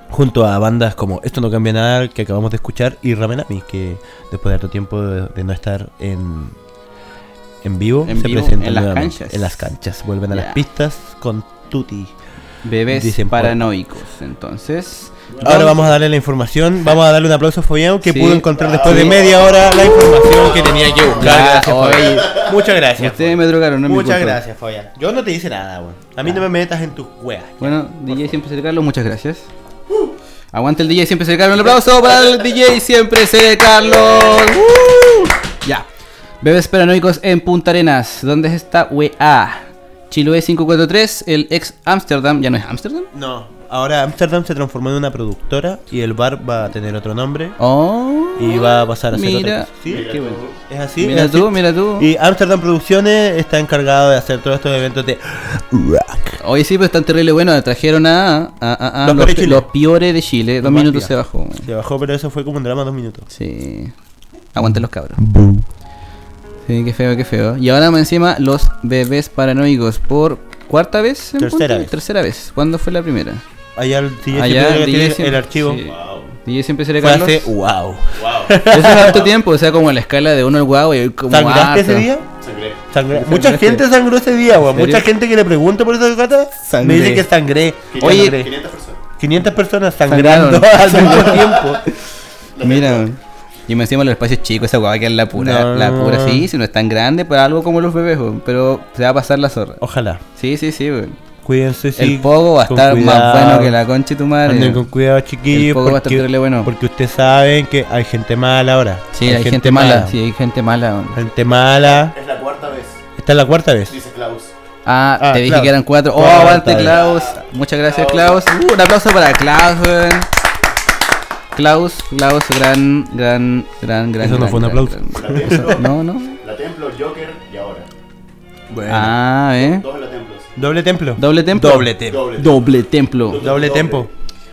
junto a bandas como Esto no cambia nada, que acabamos de escuchar, y Ramenami, que después de harto tiempo de, de no estar en, en vivo, En se vivo, presentan en las nuevamente, canchas. En las canchas, vuelven a Ya. las pistas con Tutti. Bebés Dicen por- paranoicos, entonces. Ahora vamos a darle la información, vamos a darle un aplauso a Fabián que Sí. pudo encontrar después de Sí. media hora la información que tenía que buscar. Ya, Gracias, Fabián. Muchas a. gracias. Ustedes Fabián. me drogaron, no es mi Muchas culpa. gracias, Fabián. Yo no te hice nada, weón. A mí no me metas en tus weas. Bueno, DJ siempre se Carlos, muchas gracias. Uh. Aguante el DJ siempre se Carlos. Un aplauso para el DJ siempre se Carlos. Ya. Bebés paranoicos en Punta Arenas. ¿Dónde es esta weá? Chiloé 543, el ex Amsterdam. ¿Ya no es Amsterdam? No, ahora Amsterdam se transformó en una productora y el bar va a tener otro nombre Oh. y va a pasar a ser Mira. otra cosa. ¿Sí? Qué bueno. ¿Es así? mira ¿Es así? tú, mira tú. Y Amsterdam Producciones está encargado de hacer todos estos eventos de rock. Hoy sí, pues están terrible. Bueno, trajeron a, a- a- a Los los, peores de Chile. los peores de Chile. Dos Guardia. minutos se bajó. Se bajó, pero eso fue como un drama dos minutos. Sí. Aguanten los cabros. Sí, qué feo, qué feo. Y ahora más encima los bebés paranoicos por cuarta vez. en Tercera Punta? vez. Tercera vez. ¿Cuándo fue la primera? Allá el DJ Allá siempre el tiene DJ el siempre- archivo. sí. Wow. DJ siempre se le Fue Carlos. hace wow. Wow. Eso es harto tiempo, o sea, como en la escala de uno al guau y como ¿Sangraste harto. ese día? Sangré. Sangré. ¿Sangraste? Mucha gente sangró ese día, weón. serio? Mucha gente que le pregunto por esa tocata Sangré. me dice que sangré. Oye. 500 personas. 500 personas Sangraron. sangrando al mismo tiempo. Mira. Y me encima los espacios chicos, esa guava que es la pura, No. la pura, sí, si no es tan grande, pues algo como los bebés, weón, pero se va a pasar la zorra. Ojalá. Sí, sí, sí, weón. Cuídense, Oh. sí. El pogo va a con estar más cuidado. bueno que la concha de tu madre. Anden con cuidado, El chiquillos. pogo va a estar Porque, terrible bueno. porque ustedes saben que hay gente mala ahora. Sí, hay, gente, mala. Sí, hay gente mala. hombre. Gente mala. Es la cuarta vez, Esta es la cuarta vez. dice Klaus. Ah, Ah, te dije Klaus. que eran cuatro. Oh, Cuatro, aguante, está Klaus. Muchas gracias, Klaus. Uh, un aplauso para Klaus, weón. Klaus, Klaus, gran, gran, gran, gran. Eso no gran, fue un gran, aplauso. gran. La Templo, No, no. la Templo, Joker y ahora. Bueno. Ah, eh. Dos en la Templo. Doble templo. Doble templo. Doble templo. Doble. Doble templo. Doble tempo.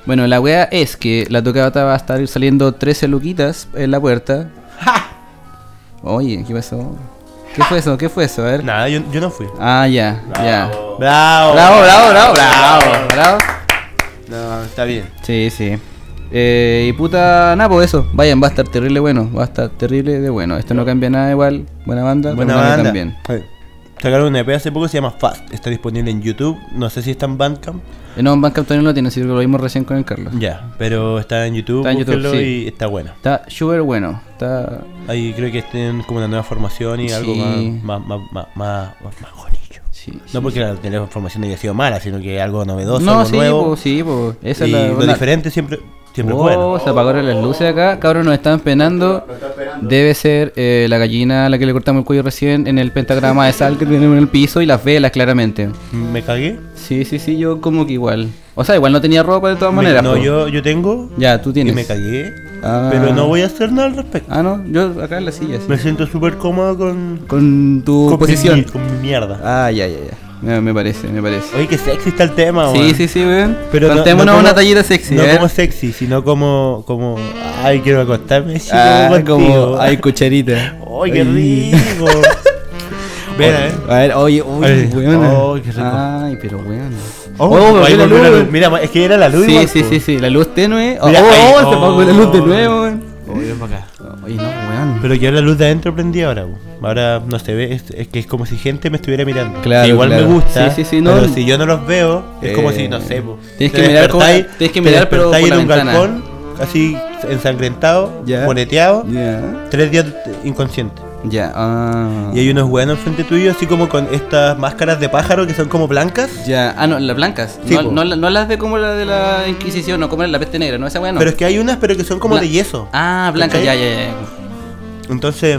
Bueno, la wea es que la tocata va a estar saliendo 13 luquitas en la puerta. Oye, ¿qué pasó? ¿Qué fue eso? ¿Qué fue eso? A ver. Nada, yo, yo no fui. Ah, ya, ya. Bravo. Bravo. Bravo, bravo, bravo, bravo, bravo. No, está bien. Sí, sí. Eh, y puta, nada, pues eso. Vayan, va a estar terrible bueno. Va a estar terrible de bueno. Esto no cambia nada igual. Buena banda. Buena Ramona banda. También. Sí. Sacaron un EP hace poco, se llama Fast. Está disponible en YouTube. No sé si está en Bandcamp. Eh, No, en Banca no lo tiene, si lo vimos recién con el Carlos. Ya, pero está en YouTube. Está en YouTube, búsquenlo sí. y está bueno. Está súper bueno. Está. Ahí creo que tienen como una nueva formación y Sí. algo más, más, más, más, más, más- más bonito. Sí, sí. No porque la, la formación haya sido mala, sino que algo novedoso, No, algo sí, nuevo. pues, sí, pues. Esa y es la. lo una- diferente siempre, siempre es Oh, bueno. se apagaron las luces acá. Cabros, nos están penando. Lo está esperando. Debe ser eh, la gallina a la que le cortamos el cuello recién en el pentagrama de sal que tenemos en el piso y las velas, claramente. ¿Me cagué? Sí, sí, sí, yo como que igual. O sea, igual no tenía ropa de todas Me- maneras. pues. no, po. yo, yo tengo Ya, tú tienes. y me cagué, Ah. pero no voy a hacer nada al respecto. Ah, no, yo acá en las sillas. Me siento súper cómodo con, Ah. Con tu con mi- posición. con mi mierda. Ah, ya, ya, ya. Me, me parece, me parece. Oye, que sexy está el tema, sí, weón. sí, sí, weón. Ah, Pero no- Contémonos no como- una tallita sexy, No a ver. como sexy, sino como, como, ay, quiero acostarme, sí, Ah, como como, contigo. ay, cucharita. Ay, qué rico. Ven, eh. A ver, oye, uy, Ay, weón. ay, qué rico. Ay, pero weón. Oh, volvió ahí la volvió la luz. luz. Mira, es que era la luz. Sí, igual, sí, po. sí, sí, la luz tenue. Oh, Mira, ahí, oh, se apagó la luz de oh. nuevo, weón. Oh, ven pa' acá. Oye, no, weón. Pero yo la luz de adentro prendí ahora, po. ahora no se ve, es, es que es como si gente me estuviera mirando. Claro, Que igual claro. me gusta, Sí, sí, sí, no. pero si yo no los veo, es como Eh, si, no sé, po. tienes Te que mirar como- despertáis- tienes te que mirar, pero despertáis por la en un ventana. galpón, así ensangrentado, Ya. moneteado, Ya. tres días inconsciente. Ya, ah. Y hay unos buenos enfrente tuyo, así como con estas máscaras de pájaro que son como blancas. Ya, ah, no, las blancas. Sí, no, po. no, la- no las de como la de la Inquisición, no como la peste negra, no esa weá no. Pero es que hay unas, pero que son como Bla- de yeso. Ah, blancas, ya, ¿Cachai? ya, ya. Entonces,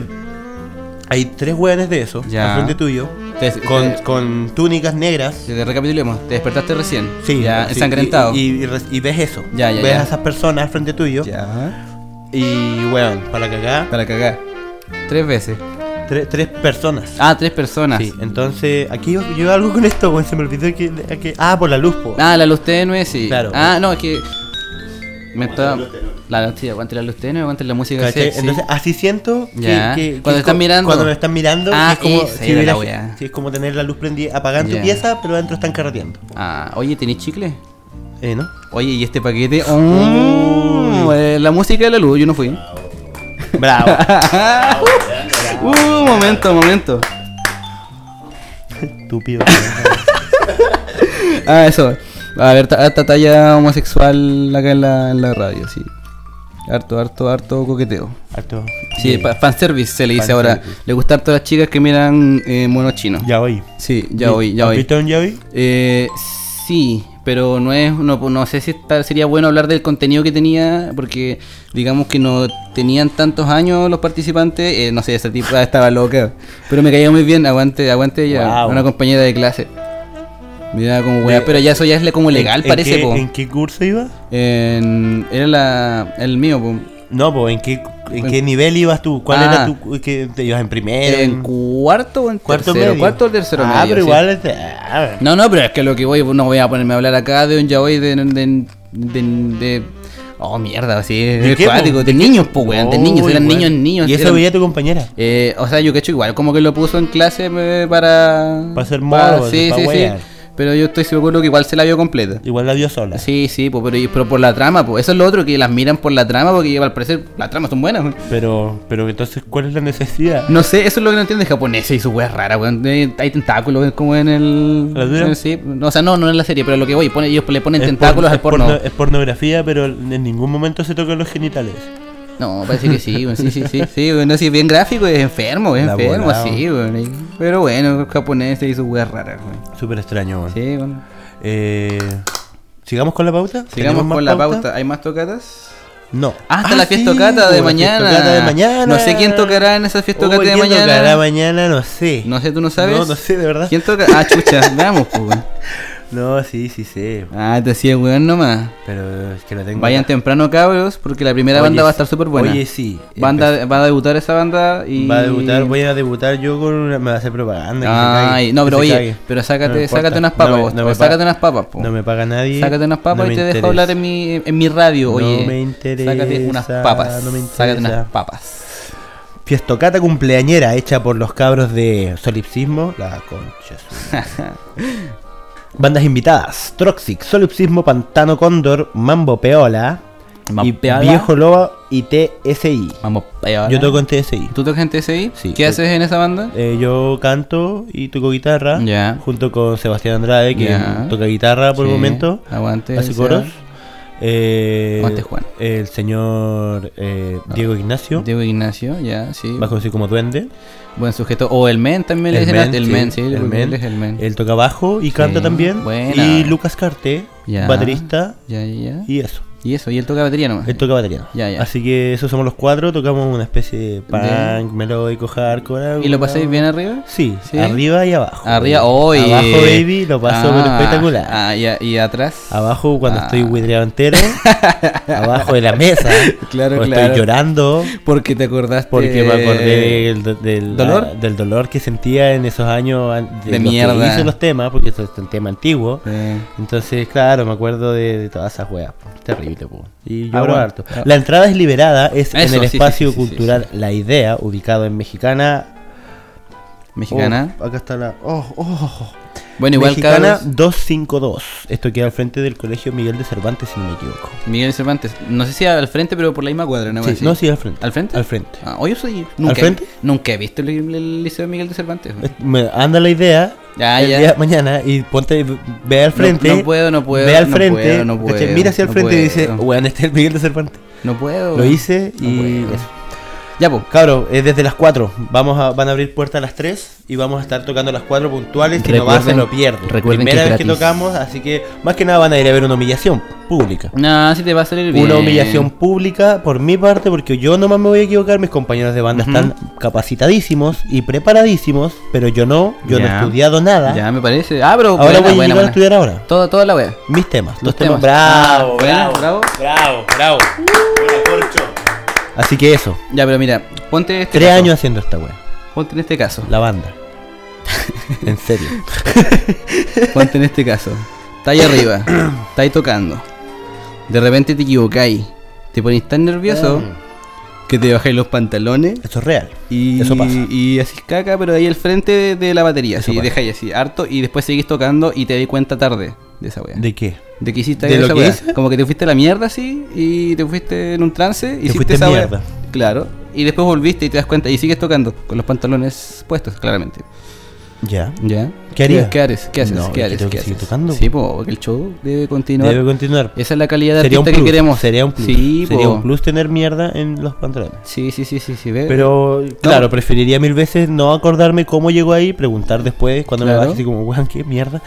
hay tres hueones de eso, Ya. al frente tuyo, Te- con, te- con túnicas negras. Te- te recapitulemos, te despertaste recién. Sí, ya, sí, ensangrentado. Y, y- y re- y ves eso. Ya, ya, ves ya. a esas personas al frente tuyo. Ya, Y, weón, para cagar, para cagar. Tres veces. tre- tres personas. Ah, tres personas. Sí, entonces, aquí yo, yo algo con esto, weón, se me olvidó que. que- ah, por la luz, po. Ah, la luz tenue, sí. Claro. Ah, no, es que. Me está. la luz tenue. La luz, sí, aguante la luz tenue, aguante la música ¿Cachai? sexy. Entonces, así siento que, Ya. que- que Cuando están co- mirando. Cuando me están mirando, Ah, es como esa era hubiera- la weá. sí, es como tener la luz prendida, apagan Ya. tu pieza, pero adentro están carreteando. Ah, oye, ¿tenés chicle? Eh, ¿no? Oye, ¿y este paquete? Oh, eh, la música de la luz, yo no fui. Bravo. Ah, Uh, momento, momento. Estúpido. Ah, eso. A ver, ta- harta talla homosexual acá en la, en la radio, sí. Harto, harto, harto coqueteo. Harto. Sí, pa- fanservice se le dice ahora. Fanservice. Le gusta harto a las chicas que miran eh, monos chinos. Ya voy. Sí, ya voy, ya ¿Has voy. visto un ya voy? Eh, sí, pero no es, no, no sé si está- sería bueno hablar del contenido que tenía, porque digamos que no tenían tantos años los participantes. eh, no sé, esa tipa estaba loca, pero me caía muy bien. Aguante, aguante ya, Guau. una compañera de clase. Mira como weá, De- pero ya eso ya es le- como legal, ¿En- en parece. qué- po. ¿En qué curso iba? En- era la, el mío, po. No, pues ¿en qué, en qué nivel ibas tú? ¿Cuál Ah. era tu. que te ibas en primero? en cuarto o en cuarto tercero, medio. cuarto o tercero Ah, medio, pero sí. igual. es de- ah, No, no, pero es que lo que voy, no voy a ponerme a hablar acá de un yaoi de. de, de, de- oh, mierda, así ¿De es qué, po? cuático, de niños, po, weón, de niños, Uy, eran weón. niños, niños. Y eso eran- veía tu compañera. eh, o sea, yo cacho igual, como que lo puso en clase eh, para. Pa' hacer para- morbo, Sí, pa' sí, sí. wear. Pero yo estoy seguro que igual se la vio completa. Igual la vio sola. Sí, sí, po, pero, y- pero por la trama, pues. Eso es lo otro, que las miran por la trama, porque al parecer las tramas son buenas. weón. Pero, pero entonces, ¿cuál es la necesidad? No sé, eso es lo que no entiendo de japonés y su wea es rara, weón. Eh, Hay tentáculos weón, como en el. ¿La tuya? en el- sí. No, o sea, no, no en la serie, pero lo que voy, pone, ellos le ponen Es porno- tentáculos al es porno. porno- Es pornografía, pero en ningún momento se tocan los genitales. No, parece que sí, weón. Sí, sí, sí. Sí, weón, no, sí, es bien gráfico, es enfermo, es La enfermo, volada, así, weón. y- Pero bueno, japonés y su wea es rara, weón. Súper extraño, weón. Sí, weón. Eh, ¿Sigamos con la pauta? Sigamos ¿Tenemos más con la pauta. ¿Hay más tocatas? No. Hasta Ah, la sí, fiestocata de la mañana. fiestocata de mañana. No sé quién tocará en esa fiestocata Uy, de ¿quién tocará mañana. mañana? No sé. No sé, ¿tú no sabes? No, no sé, de verdad. ¿Quién toca? Ah, chucha, veamos, pues, weón. No, sí, sí sé. Ah, te decía, weón, nomás. Pero es que lo tengo. Vayan temprano, cabros, porque la primera Oye, banda va a sí. estar súper buena. Oye, sí. Banda, va a debutar esa banda y. Va a debutar, voy a debutar yo con una. Me va a hacer propaganda. que se Ay, cague, no, pero que se oye, cague. pero No me sácate, importa. sácate unas papas, No me- vos, no vos me pa- sácate unas papas, po. No me paga nadie. Sácate unas no papas y me te dejo interesa. hablar en mi, en mi radio, No oye. me interesa, Sácate unas papas. no me sácate unas interesa. papas. Fiestocata cumpleañera hecha por los cabros de Solipsismo. La concha. de su madre. Bandas invitadas: Troxic, Solipsismo, Pantano Cóndor, Mambo Peola, y Mampeada. Viejo Lobo y TSI. Vamos, peola. Yo toco en TSI. ¿Tú tocas en TSI? Sí, ¿Qué yo- haces en esa banda? Eh, yo canto y toco guitarra Ya. junto con Sebastián Andrade que Ya. toca guitarra por Sí, el momento, Aguante. hace Seba. coros. Eh, Aguante, Juan. Ah. El señor eh, Diego Ignacio, Diego Ignacio, ya, sí. más conocido como Duende. Buen sujeto. O el men también le El dicen. men, el sí, men, sí. el porque men. él es el men. Él toca bajo y canta también. buena. Y Lucas Carte, Ya. baterista Ya, ya, ya. y eso. Y eso, y él toca batería nomás. Él toca batería. Ya, ya. Así que esos somos los cuatro. Tocamos una especie de punk, melódico, hardcore. ¿Y lo pasáis algo. bien arriba? Sí, Sí. arriba y abajo. Arriba, hoy hoy. Abajo, baby, lo paso pero espectacular. Ah, y, a- y atrás. Abajo cuando Ah. estoy huidreado entero, abajo de la mesa. Claro, o claro. Estoy llorando Porque te acordaste. porque me acordé del, del- Eh, ¿Dolor? ah, del dolor que sentía en esos años an- los De mierda. Que hice los temas, porque eso es un tema antiguo. Sí. Entonces, claro, me acuerdo de, de todas esas weas. po. Terrible, po. Y Ah, yo bueno. harto. Ah. La entrada es liberada, es Eso, en el sí, sí, espacio sí, sí, sí, cultural La Idea, ubicado en Mexicana. Mexicana. Oh, acá está la. Oh, oh. Bueno, igual Mexicana cabros, 252. Esto queda al frente del colegio Miguel de Cervantes, si no me equivoco. Miguel Cervantes. No sé si al frente, pero por la misma cuadra, ¿no? Sí, Así. no, sí, al frente. ¿Al frente? Al frente. Ah, hoy yo soy. Nunca, frente? Eh, Nunca he visto el, el liceo de Miguel de Cervantes. Es- me- anda la idea. Ya, el ya. día de mañana y ponte, ve al frente. No, no puedo, no puedo, Ve al no frente. puedo, no ¿cachai? puedo, Mira hacia el no frente y dice, puedo. weón, este es el Miguel de Cervantes. No puedo. Lo hice No y. puedo. eso. Ya, pues. Cabro, es desde las 4. Vamos a, van a abrir puertas a las 3 y vamos a estar tocando las 4 puntuales. Si no va, se Recuerden- lo pierde. recuerden que Primera es vez que gratis. tocamos, así que más que nada van a ir a ver una humillación pública. No, si te va a salir bien. Una humillación pública por mi parte, porque yo nomás me voy a equivocar, mis compañeros de banda están capacitadísimos y preparadísimos, pero yo no, yo no Ya. he estudiado nada. Ya, me parece. Ah, pero. Ahora buena, voy a buena, llegar buena. a estudiar ahora. Toda, toda la wea. Mis temas, Los los temas. temas. Bravo, Ah, bueno, bravo, bravo. bravo, bravo. Buena corcho. Así que eso, Ya, pero mira, ponte este. tres caso. años haciendo esta wea, Ponte en este caso. la banda. en serio. Ponte en este caso. Está ahí arriba. Está ahí tocando. De repente te equivocáis. Te pones tan nervioso que te bajáis los pantalones. Eso es real. Y, Ah. Eso pasa. y así caca, pero ahí al frente de, de la batería. Eso Así, pasa. dejáis así, harto. Y después seguís tocando y te di cuenta tarde de esa wea. ¿De qué? De que hiciste ¿De lo esa que weá. hice? Como que te fuiste a la mierda así y te fuiste en un trance. y hiciste fuiste esa weá. mierda. Claro. Y después volviste y te das cuenta y sigues tocando con los pantalones puestos, claramente. Ya. ¿Ya? ¿Qué haría? ¿Qué haces? ¿Qué haces? No, ¿Qué yo haces? tengo ¿Qué que seguir haces? tocando. Sí, po, porque el show debe continuar. Debe continuar. Esa es la calidad de Sería un artista plus. que queremos. Sería un plus. Sí, Sería po. Eh, un plus tener mierda en los pantalones. Sí, sí, sí, sí, sí. ve. Pero, claro, preferiría mil veces no acordarme cómo llegó ahí, preguntar después cuando me Claro. baje, así como, weón, qué mierda.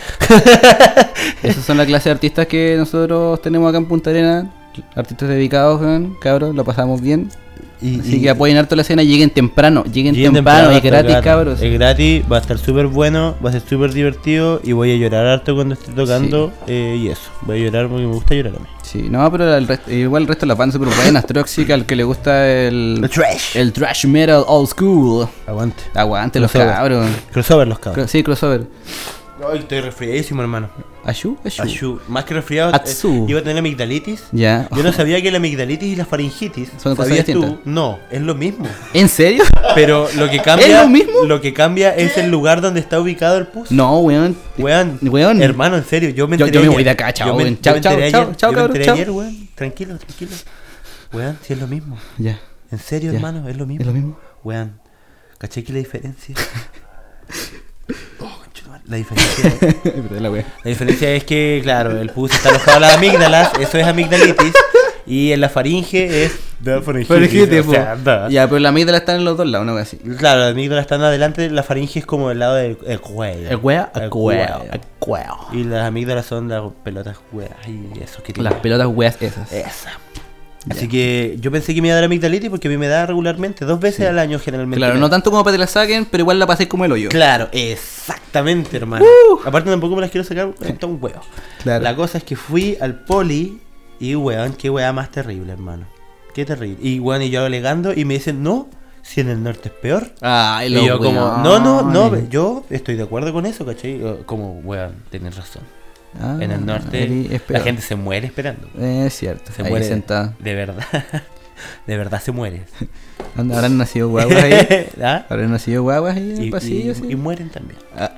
Esas son la clase de artistas que nosotros tenemos acá en Punta Arena. Artistas dedicados, weón, cabros, lo pasamos bien. Y, Así y- que apoyen harto la escena, lleguen temprano, lleguen, lleguen temprano, es hasta gratis, acá. cabros. Es gratis, va a estar súper bueno, va a ser súper divertido y voy a llorar harto cuando esté tocando eh, y eso. Voy a llorar porque me gusta llorar a mí. Sí, no, pero el resto- igual el resto de las bandas super buenas. Toxic, al que le gusta el, trash. el thrash metal old school. Eh, Aguante. Aguante los Crossover. cabros. Crossover los Cro- cabros. sí, crossover. Ay, estoy resfriadísimo, hermano. Ashu, Ashu. Ayú. Más que resfriado, Atsu. eh, iba a tener amigdalitis. Ya. Yo no sabía que la amigdalitis y la faringitis Son cosas ¿sabías tú? distintas. No, es lo mismo. ¿En serio? Pero lo que cambia. ¿Es lo mismo? que cambia es el lugar donde está ubicado el pus. No, weón. Weón, Weón. hermano, en serio, yo me Yo- enteré. yo me ayer. voy de acá, chao, Yo me- weón. yo Chao, me chao, enteré chao, ayer. chao, Yo me cabrón, enteré chao. ayer, weón. Tranquilo, tranquilo. Weón, si es lo mismo. Ya. En serio, Ya. hermano, es lo mismo. ¿Es lo mismo? Weón, ¿caché que la diferencia? Oh, conchetumare, la diferencia, Verdad, la wea. la diferencia es que, claro, el pus está alojado en las amígdalas, eso es amigdalitis, y en la faringe es Da faringitis, Faringitis, o sea, po. da. Ya, pero la amígdala está en los dos lados, una cosa así. Claro, la amígdala está en adelante, la faringe es como el lado del el cuello. El cuello, el El cuello, cuello. el cuello. Y las amígdalas son las pelotas hueas y eso que tiene. Las pelotas weas esas. Esa. Así que yo pensé que me iba a dar amigdalitis porque a mí me da regularmente, dos veces al año generalmente. Claro, me no da. tanto como para que la saquen, pero igual la pasé como el hoyo. Claro, Uh. exactamente, hermano. Aparte tampoco me las quiero sacar, está un huevo. Claro. La cosa es que fui al poli y weón, qué weá más terrible, hermano. Qué terrible. Y weón, y yo alegando y me dicen, no, si en el norte es peor. Ay, Y los yo como, weones. no, no, no, yo estoy de acuerdo con eso, ¿cachai? Yo Como, weón, tenés razón. Ah, en el ahí norte es la peor. gente se muere esperando. Eh, Es cierto, Se ahí muere sentada. De verdad. De verdad se muere. Anda, Habrán nacido guaguas ahí. ¿Ah? Habrán nacido guaguas ahí en Y, el y- pasillo. sí. y mueren también. Ah.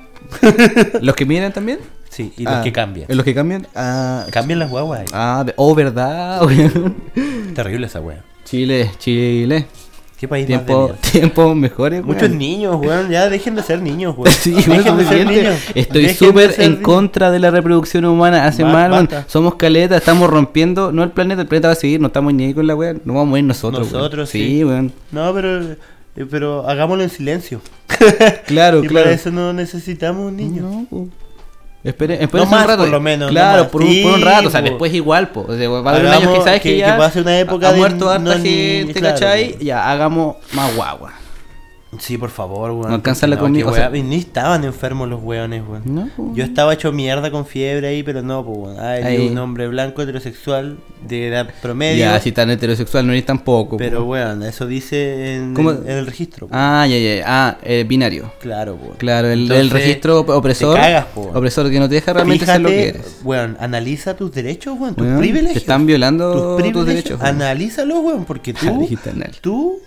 ¿Los que miran también? Sí, y Ah, los que cambian. ¿Los que cambian? Ah, Cambian las guaguas. ahí. ah ve- oh, verdad. weón. Terrible esa wea. Chile, Chile. ¿Qué país más de Tiempo, mierda? tiempos mejores. weón. Muchos niños, weón. Ya dejen de ser niños, weón. Sí, Dejen weón, de ser suficiente. niños. Estoy Dejen de súper ser en niños. contra de la reproducción humana. Hace Ba- mal, weón. basta. Somos caleta, estamos rompiendo. No el planeta, el planeta va a seguir. No estamos ni ahí con la wea. No vamos a morir nosotros. weón. Nosotros, sí. sí. weón. No, pero, eh, pero hagámoslo en silencio. Claro, y claro. para eso no necesitamos niños. No, po. Espere, espere No un más, rato. por lo menos, no Claro, más. por, un, por un Sí, rato. O sea, po. después igual, po. O sea, va a haber un año Hagamos que sabes que, que- ya que pase una época ha de muerto harta no ni- gente, claro, ¿cachai? po. Ya, hagamos más guagua. Sí, por favor, weón. No alcanza la No, comida, qué o sea- wea. Y Ni estaban enfermos los weones, weón. No, po. Yo estaba hecho mierda con fiebre ahí, pero no, pues, weón. Ah, Ahí. yo un hombre blanco heterosexual de edad promedio. Ya, si tan heterosexual no eres tampoco. po. Pero, weón, eso dice en, ¿Cómo? en el registro. po. Ah, ya, ya. Ah, eh, binario. Claro, weón. Claro, el, el Entonces, registro op- opresor. Te cagas, po, weón. opresor que no te deja realmente ser lo que Fíjate, eres. weón, analiza tus derechos, weón, tus Weón, privilegios. Te están violando tus tus, privilegios. derechos. weón. Analízalos, weón, porque Ya tú, dijiste anal. tú,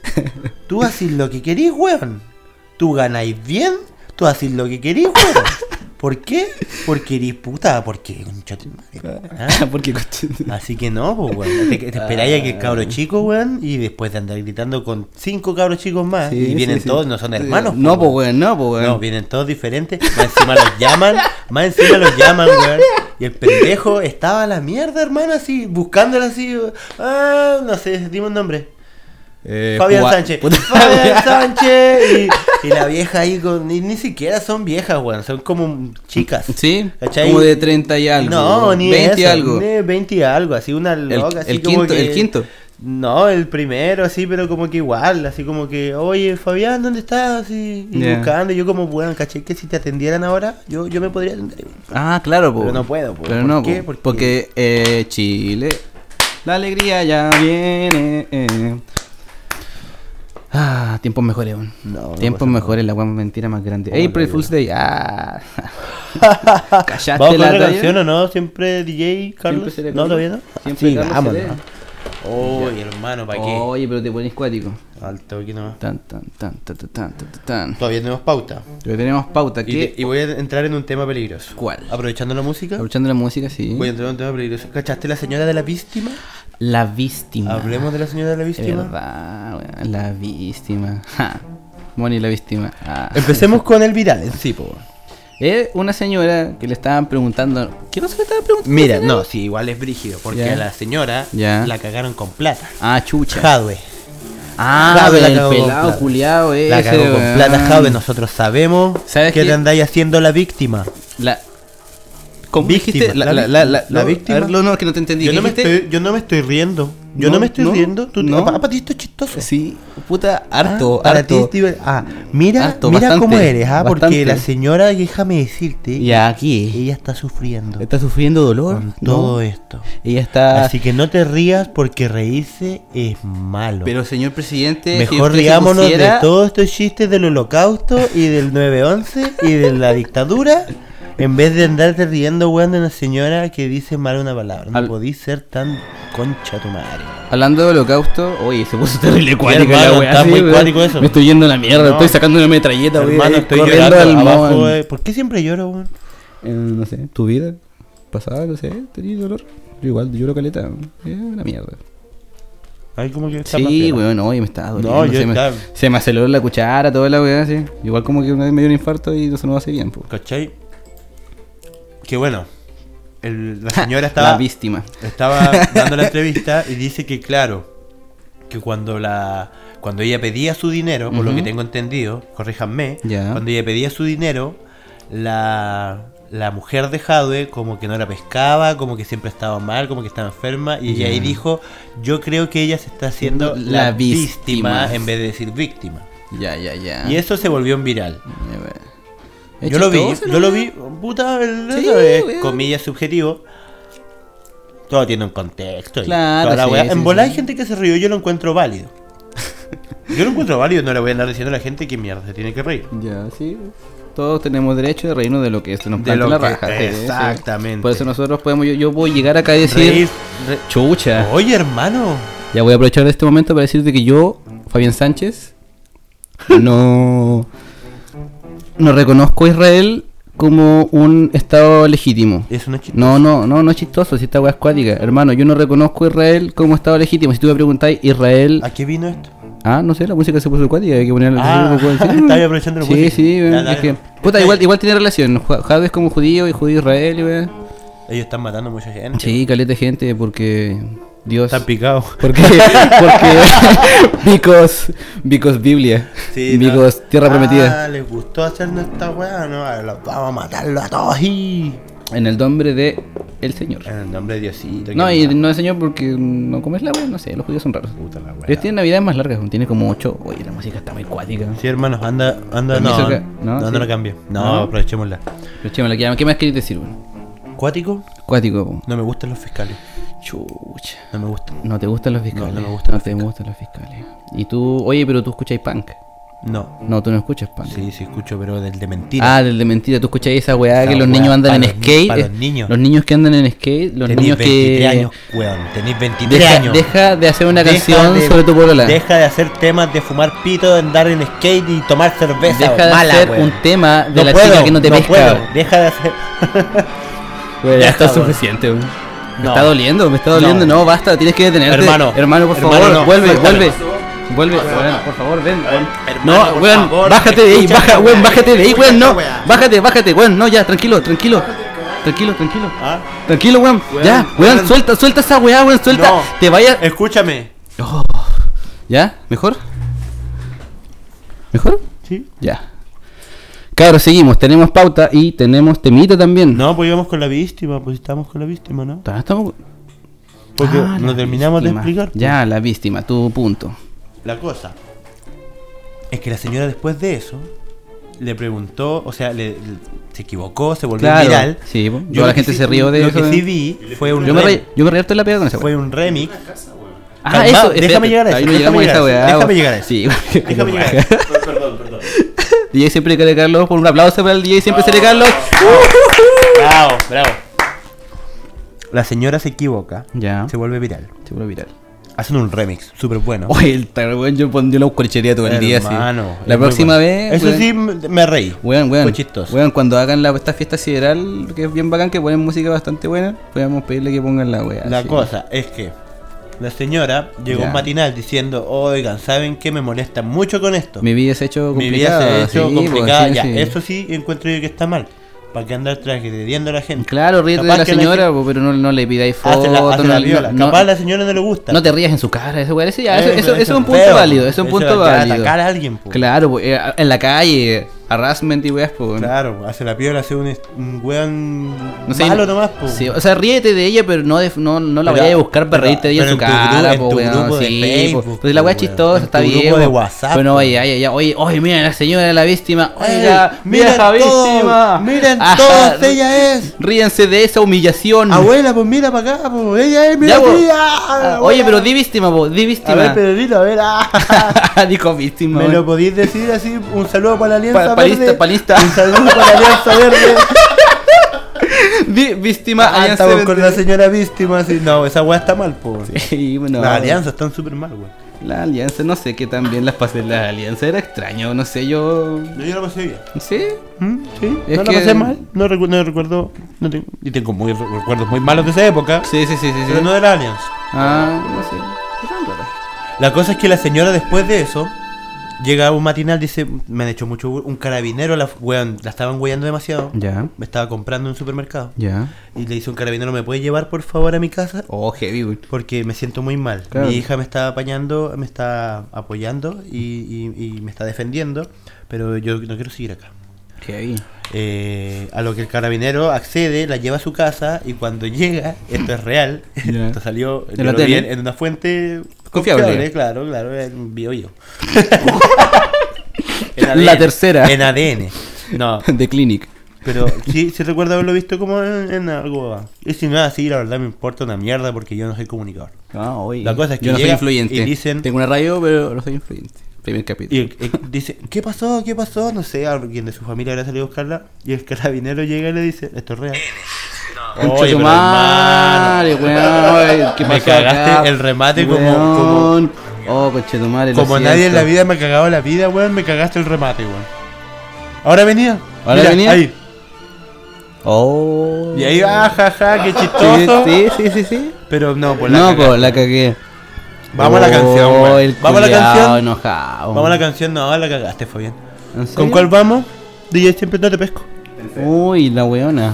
tú haces lo que querís, weón. Tú ganáis bien, tú haces lo que querís, weón. ¿Por qué? Porque eres puta, porque concha tu madre, weón, ¿ah? Porque coche- Así que no, pues, weón. Te, te esperáis a que el cabro Ah. chico, weón, y después de andar gritando con cinco cabros chicos más, Sí, y vienen sí, sí. todos, no son hermanos. Eh, No, pues, weón, no, pues, No, weón. vienen todos diferentes. Más encima los llaman. Más encima los llaman, weón. Y el pendejo estaba a la mierda, hermano, así, buscándola así. Ah, no sé, dime un nombre. Eh, Fabián Cuba- Sánchez. Puta- Fabián Sánchez. Y, y la vieja ahí con. Ni, ni siquiera son viejas, weón. Son como chicas. Sí, ¿Cachai? como de 30 y algo. No, ni 20 y eso, algo. ni 20 y algo, así una loca. así el como quinto- que- el quinto. No, el primero, así, pero como que igual, así como que, oye, Fabián, ¿dónde estás? Así, y Ya. buscando, y yo como, bueno, caché que si te atendieran ahora, yo, yo me podría atender. Ah, claro, po. Pero no puedo, po. Pero ¿Por no, po, qué? Porque- Porque eh, Chile, la alegría ya viene. eh. Ah, tiempos mejores, weón. No, no tiempos puede ser, mejores, la weón mentira más grande. ¿Cómo April te Fool's Day. Ah. Callaste ¿Vamos con la la talla? canción o no? ¿Siempre DJ Carlos? será ¿No, Carlos. todavía no? Ah, Siempre Carlos vámonos. será. Oh, Oye, hermano, ¿para qué? Oye, pero te pones cuático. Al toque nomás. Tan, tan, tan, tan, tan, tan, tan, tan. Todavía tenemos pauta. Pero tenemos pauta Y, aquí. te- y voy a entrar en un tema peligroso. ¿Cuál? Aprovechando la música, Aprovechando la música, sí. voy a entrar en un tema peligroso. ¿Cachaste la señora de la víctima? La víctima. Hablemos de la señora de la Es víctima. verdad, weón, la víctima. Ja. Moni, la víctima. Ah. Empecemos con el viral en sí, po. weón. Es una señora que le estaban preguntando. ¿Qué no se le estaba preguntando? Mira, ¿Qué no, era? sí, igual es brígido, porque Ya. a la señora Ya. la cagaron con plata. Ah, chucha. Jadwe. ah, Jadwe la el cagó con pelado plata. culiado ese. La cagó con weón. plata, Jadwe. Nosotros sabemos ¿Sabes que qué? te andáis haciendo la víctima. La. ¿Cómo Víctima, dijiste? La, la la, víctima, la, la, la no, víctima. a ver, no, no, que no te entendí. Yo ¿Qué no, me dijiste? estoy, yo no me estoy riendo. Yo no, No, me estoy no, riendo. Tú, Ah, no. Para ti esto es chistoso. Sí, puta, harto, Ah, para ti harto. es diver- Ah, mira, Harto, mira bastante, cómo eres, ah, porque bastante. la señora, déjame decirte, Y aquí. ella está sufriendo Está Ah. sufriendo dolor. con ¿no? todo esto. Ella está. Así que no te rías porque reírse es malo. Pero señor presidente, si Mejor usted se riámonos pusiera- de todos estos chistes del holocausto y del 911 y de la dictadura. En vez de andarte riendo, weón, de una señora que dice mal una palabra. No Al- podís ser tan concha tu madre. Hablando de holocausto, oye, se puso terrible cuático hermano, la weá, está sí, muy weón. cuático eso. Me estoy yendo a la mierda, No. estoy sacando una metralleta, weón. Hermano, ahí estoy corriendo llorando al abajo, mall. eh. ¿Por qué siempre lloro, weón? Eh, no sé, tu vida pasada, no sé, tenía dolor. Yo igual lloro caleta, weón. es una mierda. Ay, como que está más Sí, piola. weón, oye, me estaba doliendo. No, yo se, me, estaba- se me aceleró la cuchara, toda la weá, sí. Igual como que una vez me dio un infarto y no se nos hace bien, po. ¿Cachai? Que bueno. el- la señora La estaba víctima. estaba dando la entrevista y dice que claro, que cuando la cuando ella pedía su dinero, por lo Ujú. que tengo entendido, corríjanme, Ya. cuando ella pedía su dinero, la, la mujer de Jadwe como que no la pescaba, como que siempre estaba mal, como que estaba enferma, y ella ahí Ya. dijo, yo creo que ella se está haciendo La la, víctima. Ah. víctima, en vez de decir víctima. Ya, ya, ya. Y eso se volvió un viral. Ya, bueno. Es Yo lo vi, chistoso, yo lo ¿no? vi, puta, el- Sí, eso es, weón. comillas subjetivo. Todo tiene un contexto. y Claro, toda la sí, weá. sí, en bola sí. hay gente que se rió, yo lo encuentro válido. Yo lo encuentro válido, no le voy a andar diciendo a la gente que mierda se tiene que reír. Ya, sí. Todos tenemos derecho de reírnos de lo que se nos De planta en lo la que- raja. sí, sí. exactamente. Por eso nosotros podemos, yo, yo puedo llegar acá y decir, Reír, re- chucha. Oye, hermano. Ya voy a aprovechar de este momento para decirte que yo, Fabián Sánchez, no, no reconozco a Israel como un Estado legítimo. Es una chiste. No, no, no, no es chistoso, si esta weá es cuática. Hermano, yo no reconozco a Israel como Estado legítimo. Si tú me preguntáis, Israel... ¿A qué vino esto? Ah, no sé, la música se puso cuática, hay que ponerla. Ah, sí, sí, estaba ahí aprovechando la Sí, música. sí, Ya, weón, dale. Este- es que- Puta, igual, igual tiene relación. Ju- Jadwe es como judío y judío Israel, weón. Ellos están matando a mucha gente. Sí, caleta de gente porque Dios. Están picados. Porque, porque, Vicos, Vicos Biblia, Sí, no. Vicos Tierra Ah, Prometida. les gustó hacernos esta weá, no, a ver, los vamos a matarlo a todos y... En el nombre de el Señor. En Ah. el nombre de Diosito. No, que y nos- no el Señor porque no comes la weón, no sé, los judíos son raros. Puta la Pero weá. tiene navidades más largas, tiene como ocho. Oye, la música está muy cuática. Sí, hermanos, anda, anda, Permiso no, que- no, no, no, sí. la cambie. No, No. aprovechémosla. Pero chémala, ¿qué qué más querés decir, weón? Cuático, Cuático, po. no me gustan los fiscales. Chucha. No me gustan. No te gustan los fiscales. No, no me gustan te gustan los fiscales. Y tú, oye, pero tú escucháis punk. No. No, tú no escuchas punk. Sí, sí, escucho, pero del de mentira. Ah, del de mentira, tú escucháis esa weá Esa que los weá niños andan para en los ni- skate. para los eh, niños. Los niños que andan en skate, los Tenís niños 23 que. años, weón. Tenís 23 deja, años. deja de hacer una Deja canción de- sobre tu polola. Deja de hacer temas de fumar pito, de andar en skate y tomar cerveza. Deja de weón. Mala, hacer weón. un tema de No la puedo, chica que no te no pesca. puedo. Deja de hacer. Weón, ya Deja, está weón. suficiente, weón. Me No. está doliendo, me está doliendo. No. No. basta, tienes que detenerte. Hermano, hermano, por hermano, favor, no, vuelve, suéltalo. vuelve. Vuelve, weón, por favor, ven. weón. hermano, No, por weón, favor, bájate de ahí, escucha baja, esta weón, weá, bájate de ahí, escucha weón, esta no. weá. Bájate, bájate, weón, no, ya, tranquilo, tranquilo. Tranquilo, tranquilo. Ah, Tranquilo, weón. Weón, Ya, weón, weón. suelta, suelta esa weá, weón, suelta. No. Eh. Te vaya. Escúchame. ¿Ya? ¿Mejor? ¿Mejor? ¿Sí? Ya. Claro, seguimos, tenemos pauta y tenemos temita también. No, pues íbamos con la víctima, pues estábamos con la víctima, ¿no? Todavía estamos- Porque Ah, lo la terminamos víctima. de explicar. pues. Ya, la víctima, tu punto. La cosa es que la señora después de eso le preguntó, o sea, le, le- se equivocó, se volvió Claro, viral. sí, po. Yo lo la que gente sí- se rió de lo eso, que sí eh. vi fue un Yo me, rem- reí- yo me reí harto la pega con esa fue weá. un remix. Ah, Calma, eso, déjame espérate, llegar a ahí eso, déjame no llegamos a esa llegar a eso, weá, déjame weón. llegar a eso. Sí, Déjame llegar. Perdón, perdón. DJ siempre quiere Carlos, por un aplauso para el DJ siempre se le Carlos. bravo, bravo. La señora se equivoca, Ya. se vuelve viral. Seguro viral. Hacen un remix, súper bueno. Oye, el tal weón, yo, pon- yo la corchería todo el día así. Hermano, es La muy próxima bueno. vez. Eso weón, sí me me reí. Weón, weón. Fue chistoso. Weón, cuando hagan la, esta fiesta sideral, que es bien bacán, que ponen música bastante buena, podemos pedirle que pongan la weá. La así. cosa es que la señora llegó Ya. un matinal diciendo, oigan, ¿saben qué? Me molestan mucho con esto. Mi vida se ha hecho Mi vida complicada. se ha hecho sí, pues, complicada. sí, ya, sí. Eso sí encuentro yo que está mal. ¿Para qué andar transgrediendo a la gente? Claro, ríete de Capaz la que señora, gente po, pero no, no le pidáis fotos. Hace la, hace no, la no- viola. no- Capaz a la señora no le gusta. No te rías en su cara, ese weón. Ese ya, eso, Eso, eso- eso eso es un es punto eh, feo, válido, eso es un eso punto ya de válido. atacar a alguien, po. Claro, po, eh, en la calle, harassment y weas, po. Claro, hace la viola, hace un, est- un weón No sé, malo nomás, po. sí, o sea, ríete de ella, pero no, de- no, no la Pero- vayas a buscar para pero- reírte de ella en pero en su tu cara, gru- po, en tu weón. grupo de sí, Facebook, po. Entonces la po, wea es weón. chistosa, En está tu bien. grupo de po. WhatsApp, Pero no po. vaya, ya, ya. Oye, oye, mira la señora, la víctima. Oiga, Ey, miren vieja Ah. todos, víctima. miren Ajá, todos, ella es. Ríense de esa humillación. Abuela, pues mira para acá, po. Ella es, mira, Ya, po. mira, Ah, abuela. Oye, pero di víctima, po, di víctima. A ver, Pedrito, a ver. ah. Dijo víctima. ¿Me weón. lo podéis decir así? Un saludo para la Alianza eh. Pa- palista, Verde. palista. Un saludo para la Alianza Verde. Vi- víctima, Ah, alianza estamos con la verde. señora víctima. Así. No, esa weá está mal, po. Sí, bueno, Las alianzas están súper mal, weón. La alianza, no sé qué tan bien las pasé. La alianza era extraño, no sé, yo. No, yo la pasé bien. Sí, ¿Mm? ¿Sí? Es no que- la pasé mal. No, recu- no recuerdo. no tengo- y tengo muy re- recuerdos muy malos de esa época. sí, sí, sí. sí, Pero sí. no de la alianza. Ah, no sé. Eran raras. La cosa es que la señora después de eso Llega un matinal, dice, me han hecho mucho bu- un carabinero, la, weón, la estaban hueando demasiado. Ya, Me estaba comprando en un supermercado. ya. Y le dice un carabinero, ¿me puede llevar por favor a mi casa? Oh, heavy, güey. Porque me siento muy mal. Claro. Mi hija me está apañando, me está apoyando y, y- y me está defendiendo, pero yo no quiero seguir acá. Heavy. Eh, a lo que el carabinero accede, la lleva a su casa y cuando llega, esto es real, Ya. esto salió En yo la lo tele. vi en, en una fuente Confiable. confiable, claro, claro, en bio yo. La tercera. En ADN. No, The Clinic. pero sí, sí recuerdo haberlo visto como en, en algo. Y si nada, sí, la verdad me importa una mierda porque yo no soy comunicador. Ah, oye. La cosa es que Yo no soy llega influyente. y dicen- Tengo una radio, pero no soy influyente. Primer capítulo. Y el- el- dice, ¿qué pasó? ¿Qué pasó? No sé, alguien de su familia habrá salido a buscarla. Y el carabinero llega y le dice, esto es real. Concha Oye, tu pero madre, hermano. weón. ¿Qué Me pasó cagaste acá? el remate como- Weón. Oh, conche tu madre. lo Como nadie en siento. la vida me ha cagado la vida, weón, me cagaste el remate, weón. Ahora venía. ¿Ahora venía? Ahí. Oh. Y ahí, ah, ja, ja, qué Sí, chistoso. sí, sí, sí, sí. Pero no, pues la No, cagaste. pues la cagué. Vamos a la canción, Oh, weón. el Vamos a la culiao canción. enojado. Vamos a la canción, no, la cagaste, Fabián. ¿En serio? ¿Con cuál vamos? DJ siempre no te pesco. Uy, la weona.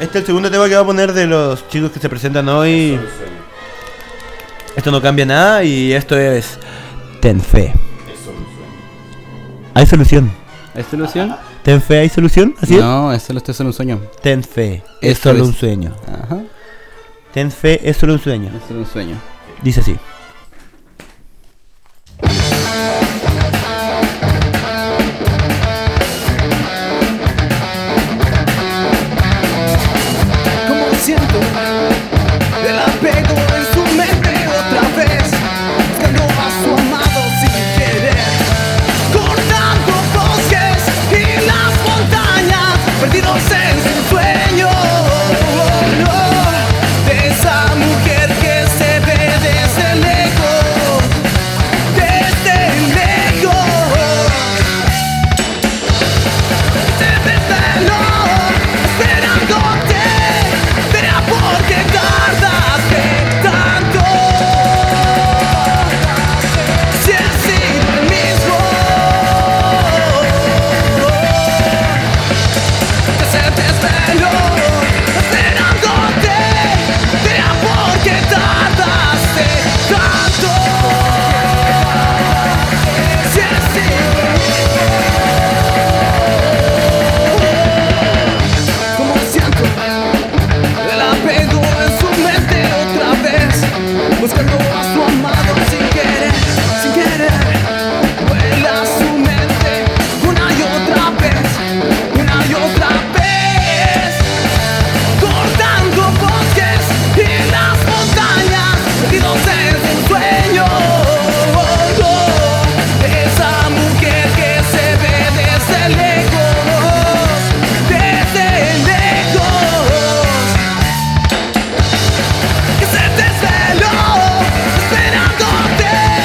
Este es el segundo tema que va a poner de los chicos que se presentan hoy. Esto no cambia nada y esto es Ten fe. Hay solución. ¿Es solución? Ten fe, hay solución, así No, es solo esto es solo un sueño. es. Ten fe, es Esto solo es. un sueño. Ajá. Ten fe, es solo un sueño. Es solo un sueño. Dice así. como siento el apego en su mente otra vez buscando a su amado sin querer cortando bosques y las montañas perdidos en su sueño Oh, no. de esa mujer que se ve desde lejos desde lejos Esperándote, será porque tardaste tanto. Si he sido el mismo, que se desveló. Esperándote, será porque tardaste tanto. Si he sido el mismo. como siento el apego en su mente otra vez buscando a su amado sin querer sin querer vuela su mente una y otra vez una y otra vez cortando bosques y las montañas perdidos en su sueño esa mujer que se ve desde lejos desde lejos que se desveló, esperándote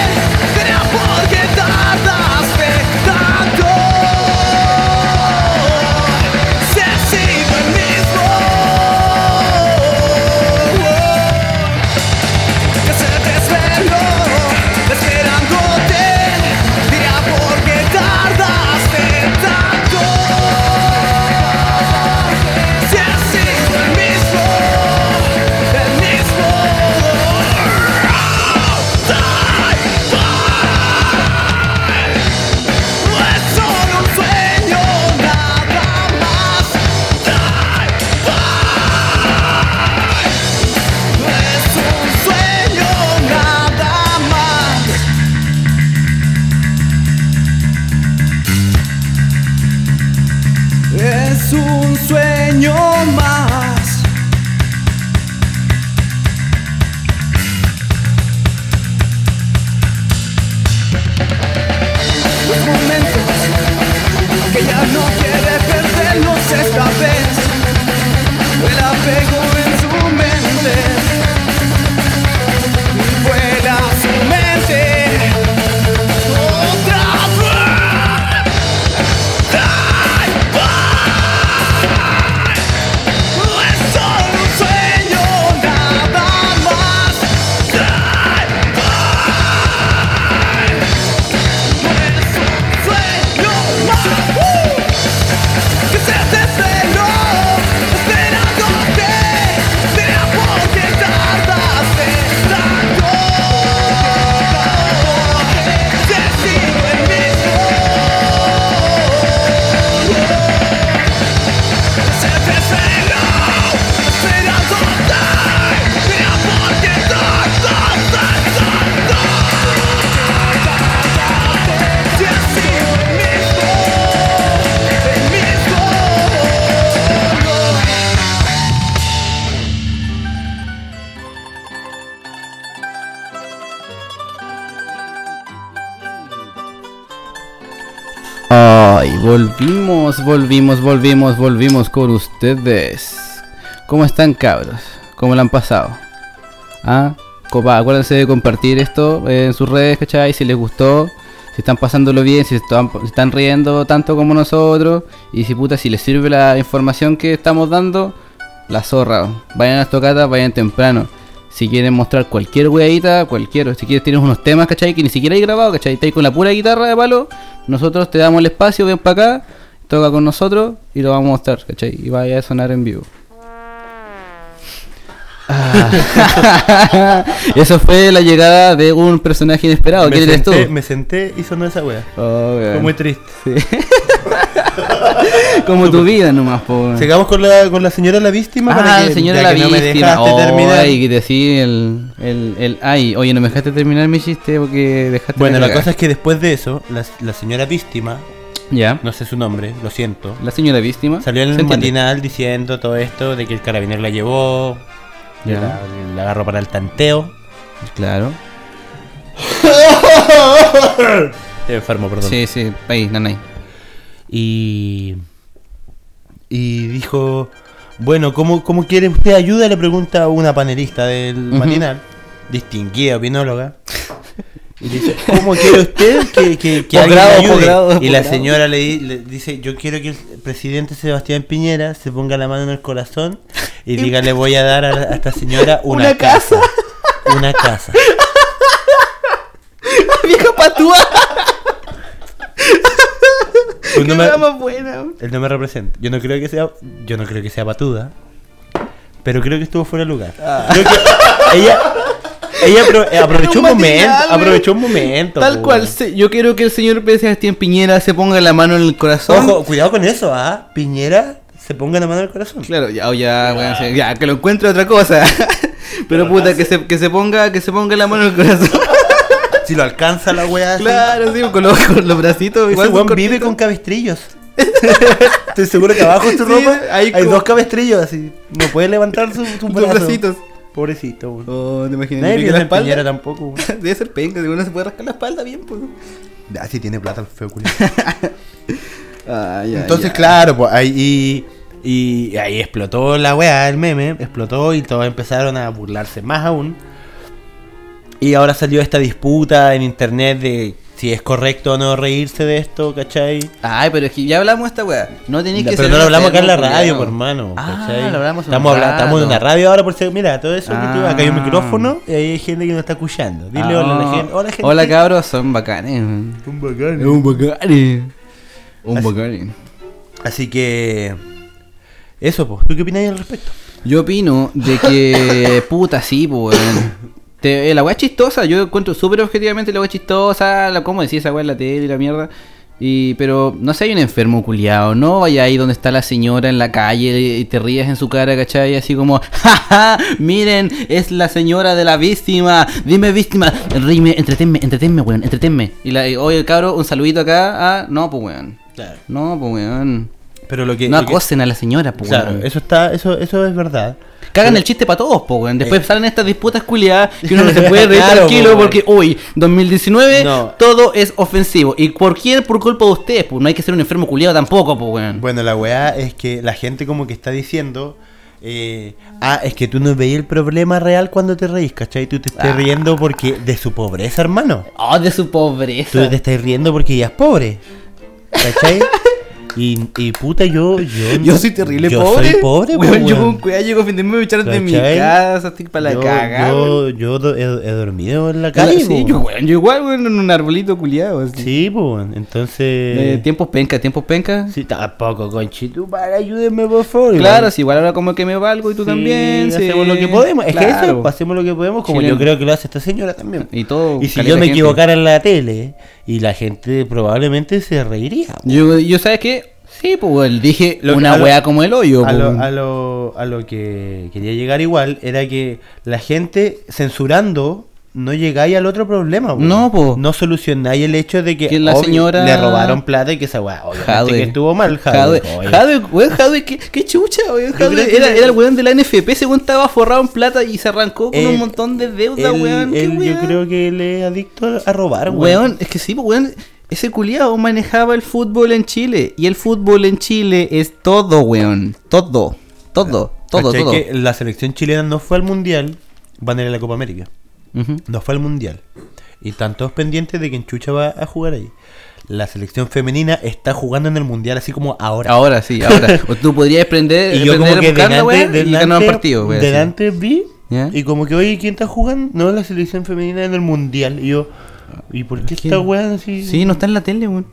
Ay, volvimos, volvimos, volvimos, volvimos con ustedes. ¿Cómo están, cabros? ¿Cómo la han pasado? Ah, copa, acuérdense de compartir esto eh, en sus redes, ¿cachai? Si les gustó, si están pasándolo bien, si están, si están riendo tanto como nosotros. Y si puta, si les sirve la información que estamos dando, la zorra. Vayan a las tocatas, vayan temprano. Si quieren mostrar cualquier weadita, cualquier, si quieres tienes unos temas, ¿cachai? Que ni siquiera hay grabado, ¿cachai? Estáis con la pura guitarra de palo, nosotros te damos el espacio, ven para acá, toca con nosotros y lo vamos a mostrar, ¿cachai? Y vaya a sonar en vivo. Ah. Eso fue la llegada de un personaje inesperado. me, ¿Quién eres tú? senté, me senté y sonó esa wea. Oh, weón. Fue muy triste. Como tu vida nomás, po. weón. Sigamos con la, con la señora la víctima. para Ah, que- el señor ya de la que no me víctima. dejaste terminar. Ay, que decir el, el, el- Ay, oye, no me dejaste terminar mi chiste porque dejaste. Bueno, la cosa es que después de eso, la, la señora víctima, Ya. no sé su nombre, lo siento, La señora víctima. salió en ¿se el entiende? matinal diciendo todo esto de que el carabinero la llevó, Ya. la, la agarró para el tanteo. Claro. Estoy enfermo, perdón. Sí, sí, ahí, nanay. Y. Y dijo. Bueno, ¿cómo, ¿cómo quiere usted ayuda? Le pregunta una panelista del Ujú. matinal, distinguida opinóloga. Y le dice, ¿cómo quiere usted que, que, que Posgrado, alguien le ayude? posgrado, Y la posgrado. señora le, di- le dice, yo quiero que el presidente Sebastián Piñera se ponga la mano en el corazón y diga, le voy a dar a, la- a esta señora una, Una casa. casa. Una casa. ¡Vieja patúa! Tú Pues no me- buena! Él no me representa. Yo no creo que sea. Yo no creo que sea patuda. Pero creo que estuvo fuera de lugar. Creo que ella. Ella apro- eh, aprovechó un, Ah. Era un momento. matinal, güey. Aprovechó un momento. Tal güey. cual, se- yo quiero que el señor Sebastián Piñera se ponga la mano en el corazón. Ojo, cuidado con eso, ¿ah? Piñera se ponga la mano en el corazón. Claro, ya, o ya, weón, se- ya, que lo encuentre otra cosa. Pero puta, que se, que se ponga, que se ponga la mano en el corazón. Si lo alcanza la weá. así. claro, sí, con los, con los bracitos. Ese igual weón son vive cortitos. con cabestrillos. Estoy seguro que abajo de su Sí, ropa hay hay, como- dos cabestrillos así. No puede levantar sus su Los brazo. bracitos. Pobrecito, güey. Oh, te imaginas. Nadie ¿Te pica piensa la en Piñera espalda. tampoco, güey. Debe ser penca, si uno se puede rascar la espalda bien, pues. Ah, sí tiene plata el feo culiao. Ah, ya, Entonces, ya. claro, pues ahí, y, y ahí explotó la weá, el meme, explotó y todos empezaron a burlarse más aún. Y ahora salió esta disputa en internet de si es correcto o no reírse de esto, ¿cachai? Ay, pero es que ya hablamos de esta weá. No tenéis La- que pero ser no lo hablamos acá en la enfermo, radio, culiao. por hermano. Ah, ¿cachai? lo hablamos un estamos, habla- rato. estamos en una radio ahora, por si. Mira, todo eso que tú, acá hay un Ah. micrófono y ahí hay gente que nos está escuchando. Dile Ah, hola a la gente. Hola, gente. Hola, cabros, son bacanes. Un bacán. Es un bacanes. Un Así- bacanes. Así que. Eso, pues. ¿Tú qué opinas al respecto? Yo opino de que puta sí, pues. weón. Te- eh, la weá es chistosa, yo encuentro súper objetivamente la weá es chistosa, la, como decía esa weá en la tele y la mierda. Y, pero no sé, hay un enfermo culiado, no vaya ahí donde está la señora en la calle y te ríes en su cara, ¿cachai? Así como, ¡Ja, ja! Miren, es la señora de la víctima, dime víctima, rime, entretenme, entretenme, weón, entretenme. Y la, y, oye, cabro, un saludito acá, ah, no, pues weón, Claro. no, pues weón. Pero lo que. No lo que- acosen a la señora, pues Claro, weón. eso está, eso, eso es verdad. Cagan Pero- el chiste para todos, po, weón. Después Eh. salen estas disputas culiadas que uno no se puede reír Claro, tranquilo po, weón. porque hoy, 2019, No. todo es ofensivo. Y cualquier por culpa de ustedes, pues no hay que ser un enfermo culiado tampoco, po, weón. Bueno, la weá es que la gente como que está diciendo, eh, ah, es que tú no veías el problema real cuando te reís, ¿cachai? Tú te estás Ah. riendo porque de su pobreza, hermano. Oh, de su pobreza. Tú te estás riendo porque ella es pobre, ¿cachai? y, y puta, yo, yo... Yo soy terrible yo pobre. soy pobre, weón. po, Yo weón. con cuidado llego a fin de mes, me echaron de mi ¿Cachai? casa, estoy para la Yo- cagada. Yo, yo do- he, he dormido en la Claro, calle, sí, po. yo, weón, yo igual, weón, en un arbolito culiado. Así. Sí, po, entonces... Eh, tiempos penca, tiempos penca. Sí, tampoco, conchito, para, ayúdenme, por favor. Claro, sí, igual ahora como que me valgo y tú Sí, también. sí. Hacemos lo que podemos. Es que Claro. eso, hacemos lo que podemos, como Chileno. yo creo que lo hace esta señora también. Y todo. Y si caleta yo me gente. equivocara en la tele, y la gente probablemente se reiría. Yo, yo ¿sabes qué? Sí, pues weón, dije Lo que- una a lo- weá como el hoyo. A pues, lo, weón. a lo- a lo que quería llegar igual era que la gente censurando no llegáis al otro problema. po. No, po. No solucionáis el hecho de que, Que la obvio, señora- le robaron plata y que esa weá, obviamente que estuvo mal, Jadwe. Jadwe. Oye, Jadwe, weón, Jadwe, qué, qué chucha, weón. creo Jadwe que era, le- era el weón de la NFP, ese weón estaba forrado en plata y se arrancó con un Él- montón de deuda, él- weón. ¿Qué él weón? Yo creo que él es adicto a robar, Weón, es que sí, pues, weón. Ese culiao manejaba el fútbol en Chile. Y el fútbol en Chile es todo, weón. Todo. Todo. Todo, ¿Cachai todo. que la selección chilena no fue al mundial, van a ir a la Copa América. Ujú. No fue al mundial. Y están todos pendientes de que en Chucha va a jugar ahí. La selección femenina está jugando en el mundial así como ahora. Ahora eh, sí, ahora. O tú podrías prender, y yo como prender que buscarla, delante, weón, y ganar delante, un partido, weón, así. delante vi ¿Ya? y como que oye quién está jugando no la selección femenina en el mundial y yo y por qué ¿Quién? esta weá así Sí, no está en la tele, weón.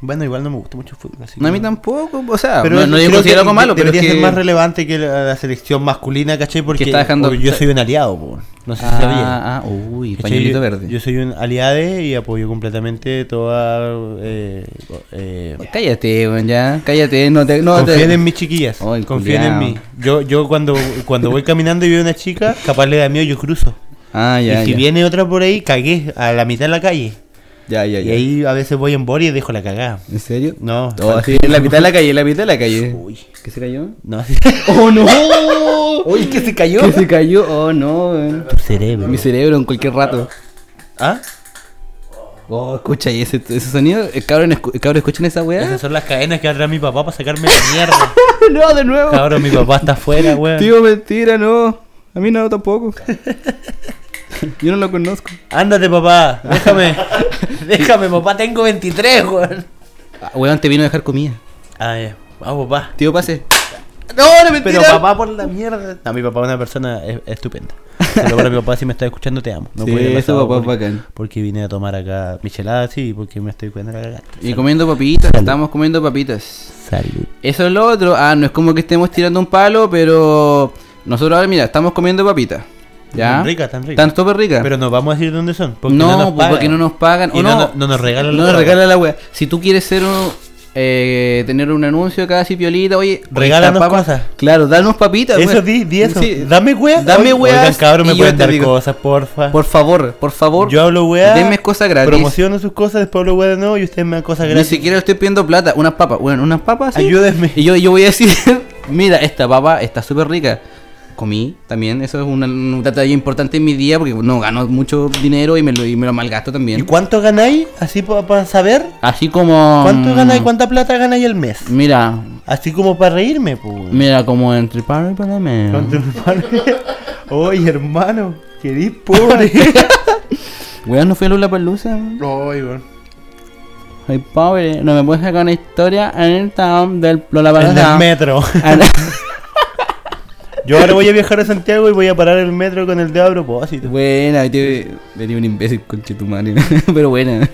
bueno igual no me gusta mucho el fútbol así No, a mí que- tampoco. O sea, pero Ah, no, no creo yo que considero algo malo, pero es debería ser que... más relevante que la, la selección masculina ¿cachai? porque está dejando- o yo soy un aliado po. no sé si sabía Ah, ah, uy, pañuelito yo, verde. yo soy un aliado y apoyo completamente toda eh, eh, Cállate, weón, ya. Cállate, no te... No confíen te... en mis chiquillas. Oh, el confíen culiao. en mí. Yo, yo cuando, cuando voy caminando y veo una chica, capaz le da miedo, yo cruzo. Ah, ya, y si ya. viene otra por ahí, cagué a la mitad de la calle. Ya, ya, Y ya. ahí a veces voy en body y dejo la cagada. ¿En serio? No. Oh, sí, en la mitad de la calle, en la mitad de la calle. Uy. ¿Qué se cayó? No, ¡Oh, no! Uy, que se cayó. ¿Qué se cayó? ¡Oh, no! weón. Tu cerebro. Mi cerebro en cualquier rato. ¿Ah? Oh, escucha, ¿y ese, ese sonido? Eh, Cabrón, escu- cabrón, ¿escuchan esa weá? Esas son las cadenas que atrás mi papá para sacarme la mierda. no, de nuevo. Cabrón, mi papá está afuera, weón. Tío, mentira, no. A mí no, tampoco. Yo no lo conozco. Ándate, papá. Déjame. Déjame, papá. Tengo 23, weón. Ah, weón, te vino a dejar comida. Ah, ya. Vamos, papá. Tío, pase. No, no, mentira. Pero papá por la mierda. No, mi papá es una persona es- estupenda. Se lo juro a mi papá, si me estás escuchando, te amo. No Sí, podría haber eso, pasado papá, es por- bacán. Porque vine a tomar acá michelada, sí, porque me estoy cuidando la garganta. Y comiendo papitas, estamos comiendo papitas. Salud. Eso es lo otro. Ah, no es como que estemos tirando un palo, pero nosotros ahora, mira, estamos comiendo papitas. ¿Ya? Tan ricas, tan ricas. Están súper ricas. Pero nos vamos a decir dónde son. Porque no, no, nos pues, pagan. porque no nos pagan. Y o no, no, no- no nos regalan No la nos weá. regalan la wea. Si tú quieres ser un, eh, tener un anuncio acá así piolita, oye, Regálanos esta papa- cosas. Claro, danos papitas. Eso wea. di, di eso. Sí. Dame wea. Dame weas Oigan, cabrón, y me yo pueden te dar digo. cosas, porfa. Por favor, por favor. yo hablo wea. denme cosas gratis. Promociono sus cosas, después hablo wea de nuevo y ustedes me dan cosas Ni gratis. siquiera estoy pidiendo plata, unas papas, bueno, unas papas. sí. Ayúdenme. Y yo, yo voy a decir, mira, esta papa está súper rica. Comí también, eso es una- un detalle importante en mi día porque no gano mucho dinero y me lo, y me lo malgasto ¿Y también. cuánto ganáis? Así para saber. Así como... mm, ¿Cuánto ganáis? cuánto? ¿Cuánta plata ganáis al mes? Mira, Así como para reírme, pues. weón. mira, como entre paro y para Con tu hermano. Oye, hermano, querís pobre. Weón, no fui a Lula Palusa. Ay, weón. Soy pobre, no me puedes sacar una historia en el town del Lola En el metro. Yo ahora voy a viajar a Santiago y voy a parar el metro con el dedo a propósito. Buena, te venía un imbécil con tu madre. Pero buena.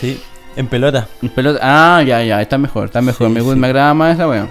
Sí, en pelota. Pelota. Ah, ya, ya, está mejor, está mejor. Sí, me, gu- sí. me agrada más esa weón.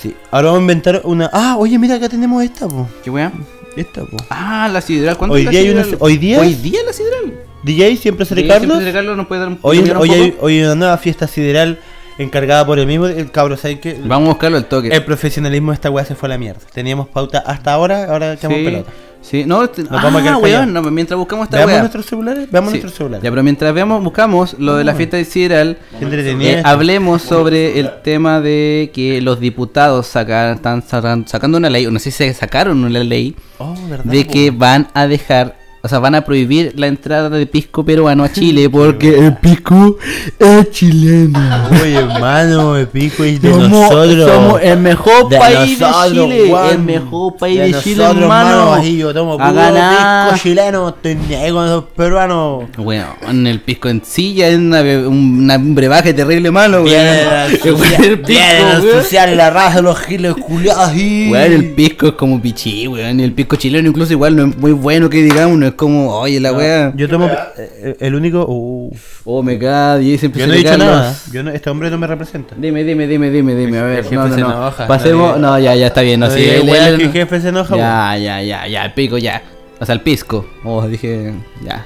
Sí. Ahora vamos a inventar una. Ah, oye, mira, acá tenemos esta, po. ¿Qué weón? Esta, po. Ah, la sidral. ¿Cuánto Hoy es la día hay sidral? una- hoy día- Hoy día la sidral. DJ, siempre se Sí, Carlos. siempre de Carlos nos puede dar un Hoy, mirar un hoy, hay, poco. hoy hay una nueva fiesta sideral encargada por el mismo. El cabro, ¿sabes qué? Vamos a buscarlo al toque. El profesionalismo de esta weá se fue a la mierda. Teníamos pauta hasta ahora, ahora quedamos en sí, pelota. sí, no, te- ah, vamos a quedar callados. weón, no, mientras buscamos esta Veamos weá. nuestros celulares, veamos Sí. nuestros celulares. Ya, pero mientras veamos, buscamos lo de la fiesta de Sidral, Qué entretenido eh, esto. hablemos sobre el tema de que los diputados saca- están sacan- sacando una ley, o no sé si se sacaron una ley, Oh, ¿verdad, de po? que van a dejar, o sea, van a prohibir la entrada de pisco peruano a Chile porque el pisco es chileno. Oye, hermano, el pico es de Somos, nosotros. somos el mejor De país nosotros, de Chile, Juan. el mejor país de, Chile, nosotros, hermano. Así yo tomo a puro ganar. pisco chileno, estoy negro con los peruanos. Bueno, el pisco en silla es una be- un, una- un brebaje terrible malo, weón. Weón, Vienen el a pisco, weón. ensuciar la raza de los giles culiados. y- Weón, el pisco es como pichí, weón. El pisco chileno incluso igual no es muy bueno que digamos, no es como, oye, la weá. Yo tomo eh, el único. uh, Oh, me cago, y ahí siempre yo se no he le dicho caen los- nada. Yo no- este hombre no me representa. Dime, dime, dime, dime, dime, a ver. jefe No, no, se no. enoja, Pasemos, no no, ya, ya está bien, no, No sí, diga, él- weón, él- que el jefe se enoja, pues. Ya, ya, ya, ya, el pico, ya. O sea, el pisco. Oh, dije, ya.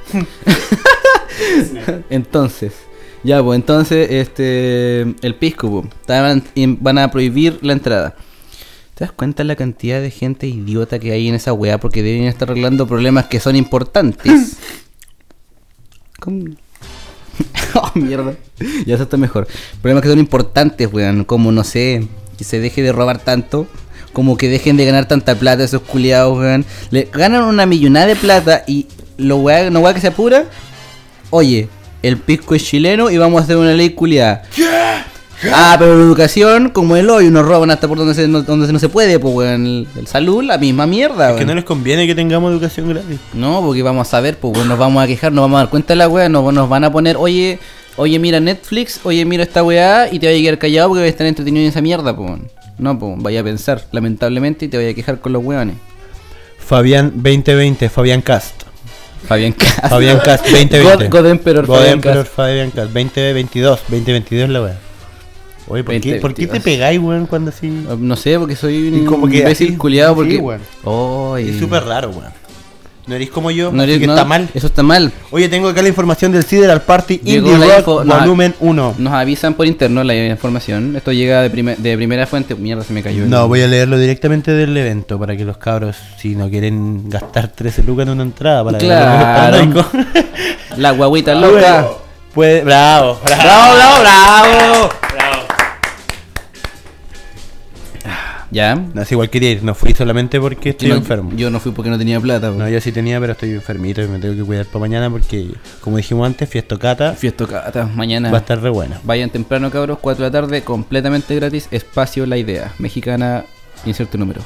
entonces, ya, pues entonces, este, el pisco, pues, estaban- y van a prohibir la entrada. ¿Te das cuenta la cantidad de gente idiota que hay en esa weá? Porque deben estar arreglando problemas que son importantes. ¿Cómo? oh, mierda. Ya eso está mejor. Problemas que son importantes, weón. Como, no sé, que se deje de robar tanto. Como que dejen de ganar tanta plata esos culiados, weón. Le ganan una millonada de plata y lo weá, no weá que se apura. Oye, El pisco es chileno y vamos a hacer una ley culiada. Ah, pero la educación, como el hoyo, nos roban hasta por donde, se, no, donde se no se puede, pues, weón. El, el salud, la misma mierda, Que weón. no les conviene que tengamos educación gratis. No, porque vamos a ver, pues weón, nos vamos a quejar, nos vamos a dar cuenta de la weá, nos, nos van a poner, oye, oye, mira Netflix, oye, mira esta weá, y te voy a quedar callado porque voy a estar entretenido en esa mierda, pues. weón. No, pues, vaya a pensar, lamentablemente, y te voy a quejar con los weones. Fabián 2020, Fabián Cast. Fabián Castro. Fabián Cast 2020. God, God Emperor, God Fabián Emperor Castro. Fabián Cast 2022. 2022 la weá. Oye, ¿por, qué, 2022. ¿por qué te pegáis, weón, cuando así? Ah, No sé, porque soy Y un como que imbécil así, culiado, sí, porque. weón. Oy. Es súper raro, weón. No eres como yo, No, así eres- que no, está mal. Eso está mal. Oye, tengo acá la información del Sideral Party Llegó Indie la Rock info- no, Volumen 1. Nos avisan por interno la información. Esto llega de, prime- de primera fuente. Mierda, se me cayó. el- No, voy a leerlo directamente del evento para que los cabros, si no quieren gastar 13 lucas en una entrada para Claro. los paranoicos. La Ah, guaguita loca. Puede- bravo, bravo. ¡Bravo, bravo, bravo! ¿Ya? No es igual quería ir, no fui solamente porque estoy Yo no- enfermo. Yo no fui porque no tenía plata. No, yo sí tenía, pero estoy enfermito y me tengo que cuidar para mañana porque, como dijimos antes, fiestocata Fiesta cata, mañana. va a estar re buena. Vayan temprano, cabros, 4 de la tarde, completamente gratis. Espacio La Idea, mexicana, inserte número.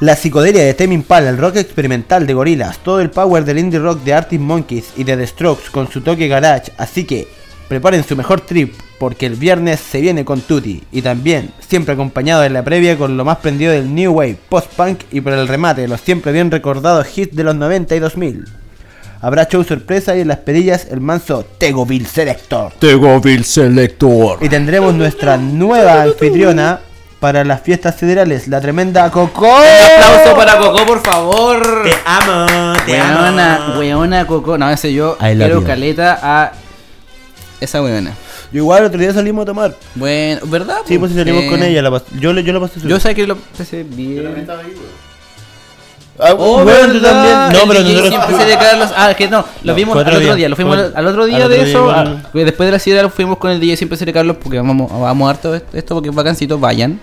La psicodelia de Tame Impala, el rock experimental de Gorillaz, todo el power del indie rock de Arctic Monkeys y de The Strokes con su toque garage, así que preparen su mejor trip porque el viernes se viene con Tutti y también siempre acompañado en la previa con lo más prendido del New Wave, post-punk y por el remate los siempre bien recordados hits de los 90 y 2000. Habrá show sorpresa y en las perillas el manso Tegoville Selector. Tegovil Selector. Y tendremos nuestra nueva anfitriona para las fiestas federales, la tremenda Coco. ¡Aplauso para Coco, por favor! Te amo, te Weona, amo. weona Coco. No, ese yo I love quiero you. caleta a esa weona. Yo igual otro día salimos a tomar. Bueno, ¿verdad? Sí, pues sí salimos Eh, con ella. La pas- yo, le- yo la pasé su- Yo sé que lo pasé bien. Ah, Oh, bueno, tú ¿verdad? también. No, El pero DJ nosotros. siempre se declara los- Ah, que no, lo No, vimos fue al otro otro día, día, lo fuimos fue- al, al otro día al de otro día eso. igual. que Después de la ciudad fuimos con el DJ siempre se Carlos porque vamos, vamos harto de esto porque es bacancito, vayan.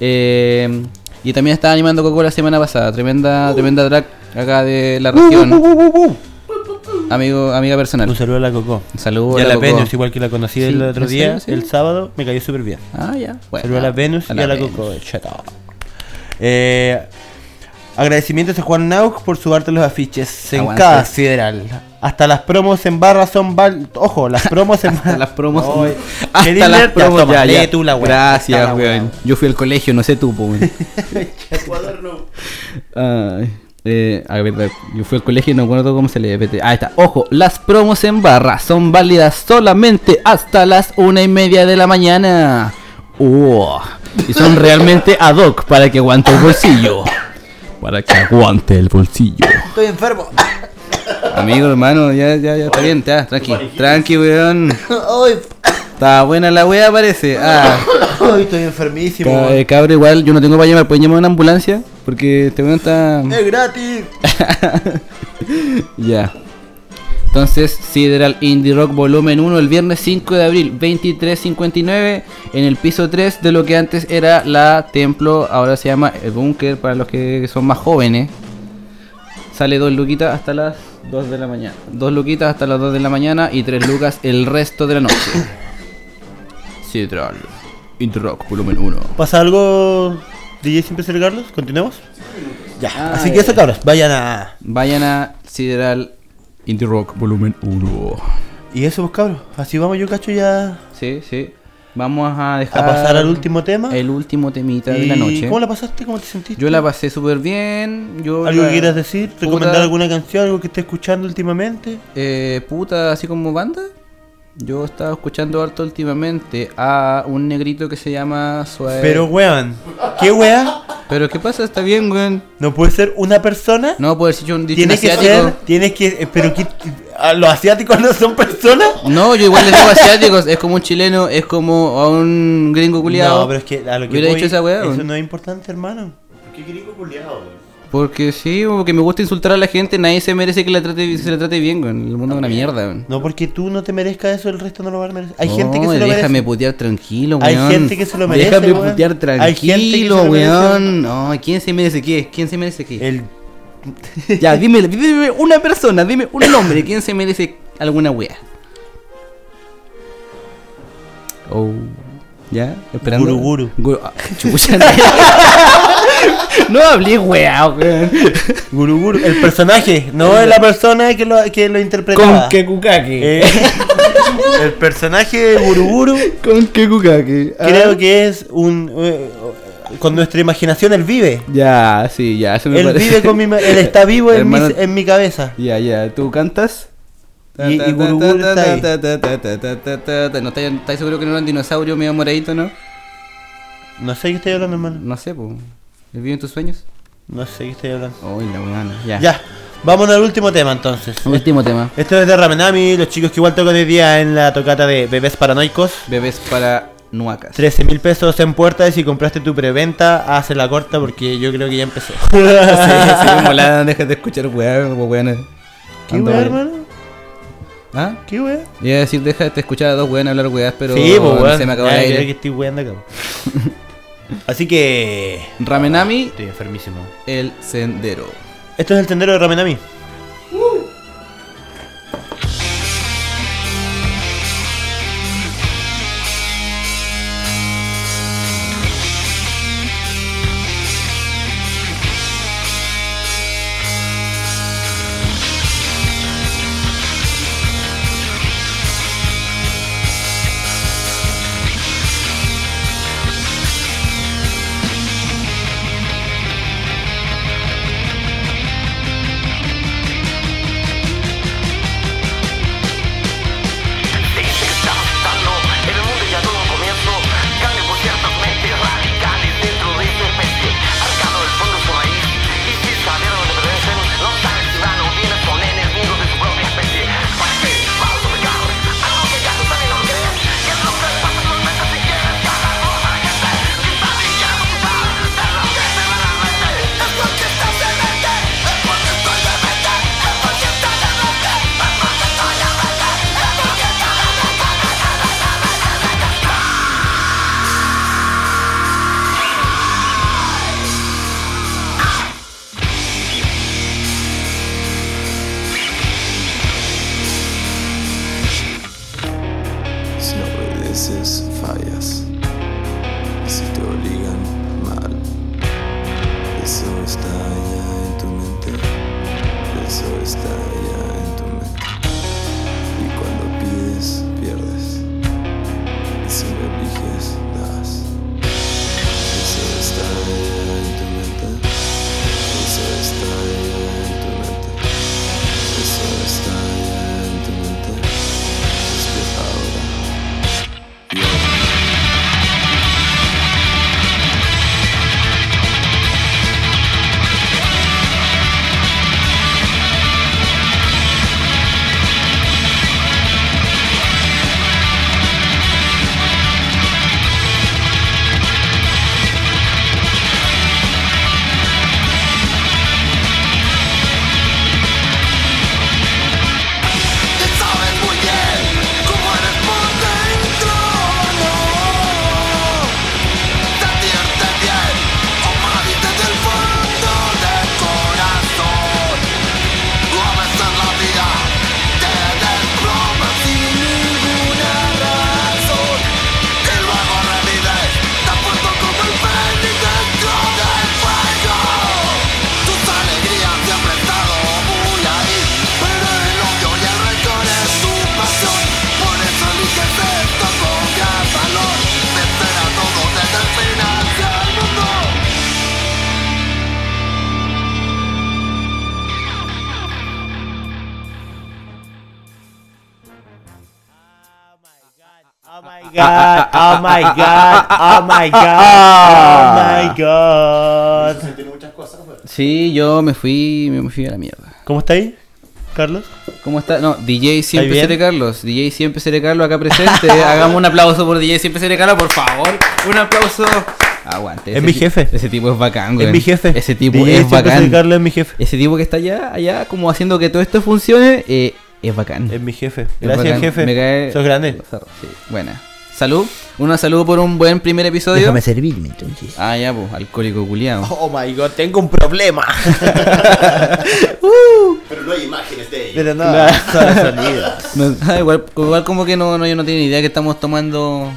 Eh, y también estaba animando Coco la semana pasada, tremenda, tremenda drag acá de la Uh, región, amigo, amiga personal. Un saludo a la Coco. Saludos y a a la Oh, Coco. Venus, igual que la conocí Sí, el otro ¿en día, serio? Sí. el sábado, me cayó súper bien. Ah, ya. Bueno, Saludos a la Venus y a la Venus. Coco. Shut up. Eh, agradecimientos a Juan Nauk por su arte en los afiches en Aguante. cada sideral. Hasta las promos en barra son val... Ojo, las promos en barra. las promos. Ay, Hasta ¿querés las leer? Ya, promos. toma, ya, ya. lee tú la weá. Gracias, Está la weá. weón. Yo fui al colegio, no sé tú, po, weón. Ay, eh, a ver, yo fui al colegio y no acuerdo cómo se le vete. Ahí está. Ojo, las promos en barra son válidas solamente hasta las una y media de la mañana. Uh, y son realmente ad hoc para que aguante el bolsillo. Para que aguante el bolsillo. Estoy enfermo. Amigo, hermano, ya, ya, ya, está bien, ya, tranqui, tranqui, weón. Está buena la wea, parece. Ah, Ay, estoy enfermísimo. ca- eh, cabro, igual yo no tengo para llamar, ¿pueden llamar a una ambulancia? Porque este weón está. Es gratis. Ya. Entonces, Sideral Indie Rock Volumen 1 el viernes 5 de abril, 23.59, en el piso 3 de lo que antes era la Templo, ahora se llama el Búnker para los que son más jóvenes. Sale dos luquitas hasta las 2 de la mañana. Dos luquitas hasta las 2 de la mañana y tres lucas el resto de la noche. Sideral Indie Rock Volumen 1. ¿Pasa algo, DJ siempre ser Carlos? ¿Continuemos? Ya, Ah, así que ya, eso cabros, vayan a... Vayan a Sideral Indie Rock Volumen 1. Y eso pues cabros, así vamos yo cacho ya Sí, sí. Vamos a dejar. a pasar al último tema. El último temita ¿Y de la noche. ¿Cómo la pasaste? ¿Cómo te sentiste? Yo la pasé súper bien. Yo ¿Algo la- que quieras decir? Puta- ¿Recomendar alguna canción? ¿Algo que estés escuchando últimamente? Eh, puta, así como banda. Yo estaba escuchando harto últimamente a un negrito que se llama Suave. Pero weón, ¿qué weá? Pero ¿qué pasa? Está bien, güey. ¿No puede ser una persona? No, puedo decir yo un dicho Tienes que asiático. ser, tienes que... eh, Pero ¿qué- a ¿los asiáticos no son personas? No, yo igual les digo asiáticos. Es como un chileno, es como a un gringo culiado. No, pero es que a lo que Hubiera voy, dicho esa weá, eso weón. no es importante, hermano. ¿Qué gringo culiado? Porque sí, porque me gusta insultar a la gente. Nadie se merece que la trate, se la trate bien, güey. El mundo es una mierda, güey. No porque tú no te merezcas eso, el resto no lo va a merecer. Hay No, gente que se lo merece. Déjame putear tranquilo, Hay weón. gente que se lo merece, Déjame weón. putear Hay gente que se tranquilo, lo merece. weón. No, ¿quién se merece qué? ¿Quién se merece qué? El Eh. Ya, dime, dime una persona, dime un nombre. ¿Quién se merece alguna wea? Oh. ¿Ya? Esperando. Guru, guru. Guru- ah, chucha, no. no hablé, weá, weón. Guru Guru, el personaje, no es la persona que lo, que lo interpretaba. Con que kukake. Eh, el personaje de Guru Guru Con que kukake. Ah, creo que es un... eh, con nuestra imaginación él vive. Ya, sí, ya. Eso me Él parece. vive con mi... ma- Él está vivo en, Hermano- mi, en mi cabeza. Ya, ya, ¿tú cantas? Y- y Guru Guru está ahí. ¿No estáis estáis seguro que no era un dinosaurio medio moradito, no? No sé qué estoy hablando, hermano. No sé, pues. ¿Él vive en tus sueños? No sé qué estoy hablando. Uy, la weona, ya. Ya, vámonos al último tema entonces. Último tema. Esto es de Ramenami, los chicos que igual tocan hoy día en la tocata de Bebés Paranoicos. Bebés para nuacas. 13 mil pesos en puerta y si compraste tu preventa, hace la corta porque yo creo que ya empezó. sí, sí, molada, deja de escuchar weá, weón. ¿Qué weá, hermano? ¿Ah? ¿Qué weá? Iba a decir, deja de escuchar a dos weones hablar weás, pero sí, pues weón. se me acabó el Ya, creo que aire. estoy weando acá. Así que. Ramenami, Estoy enfermísimo. el sendero. Esto es el tendero de Ramenami. Dice estás sano, en el mundo ya todo comienzo Cambio por ciertas mentes radicales dentro de esta especie Arcado del fondo su raíz Y sin saber dónde pertenecen No sabes si van o vienen son enemigos de su propia especie ¿Para qué? Vamos a pecar Algo que ya tú también no crees Que es lo que pasa por meses si quieres Cada cosa que te Quizás y ya no te va De lo que se va la mente Es porque estás demente Es porque estoy demente Es porque estás demente Es porque estoy demente Es porque estás Si obedeces, fallas. Y si te obligan, mal. Eso está allá en tu mente. Eso está allá en tu mente. Y cuando pides, pierdes. Y si me eliges, das. Eso está allá en tu mente. Eso está allá en tu mente. Eso está allá en tu mente. Despierta ahora. Te sabes muy bien cómo eres por dentro, no Te advierte bien o mal y desde el fondo del corazón Tú a veces la vida te desploma sin ninguna razón Y luego revives tan pronto como el fénix dentro del fuego tus alegrías siempre han estado muy ahí Pero el odio y el rencor es tu pasión Por eso eliges esto con gran valor Te espera todo desde el final del mundo Oh my god, oh my god, oh my god, oh my god. Tiene muchas cosas, weón. Sí, yo me fui, me fui a la mierda. ¿Cómo está ahí, Carlos? ¿Cómo está? No, DJ Siempre bien? Seré Carlos. DJ Siempre Seré Carlos acá presente. Hagamos un aplauso por DJ Siempre Seré Carlos, por favor. Un aplauso. Aguante. Es ese mi ti- jefe. Ese tipo es bacán, güey. Es mi jefe. Ese tipo DJ es siempre soy bacán. Carlos es mi jefe. Ese tipo que está allá, allá, como haciendo que todo esto funcione, eh, es bacán. Es mi jefe. Es Gracias, bacán. jefe. Me cae- Sos grande. Sí, buena. Salud. Una salud por un buen primer episodio. servirme entonces. Ah, ya, pues, alcohólico culiado. Oh my god, tengo un problema. Pero no hay imágenes de ella. Pero no, solo sonido. No, ah, igual, igual como que no, no, yo no tiene ni idea que estamos tomando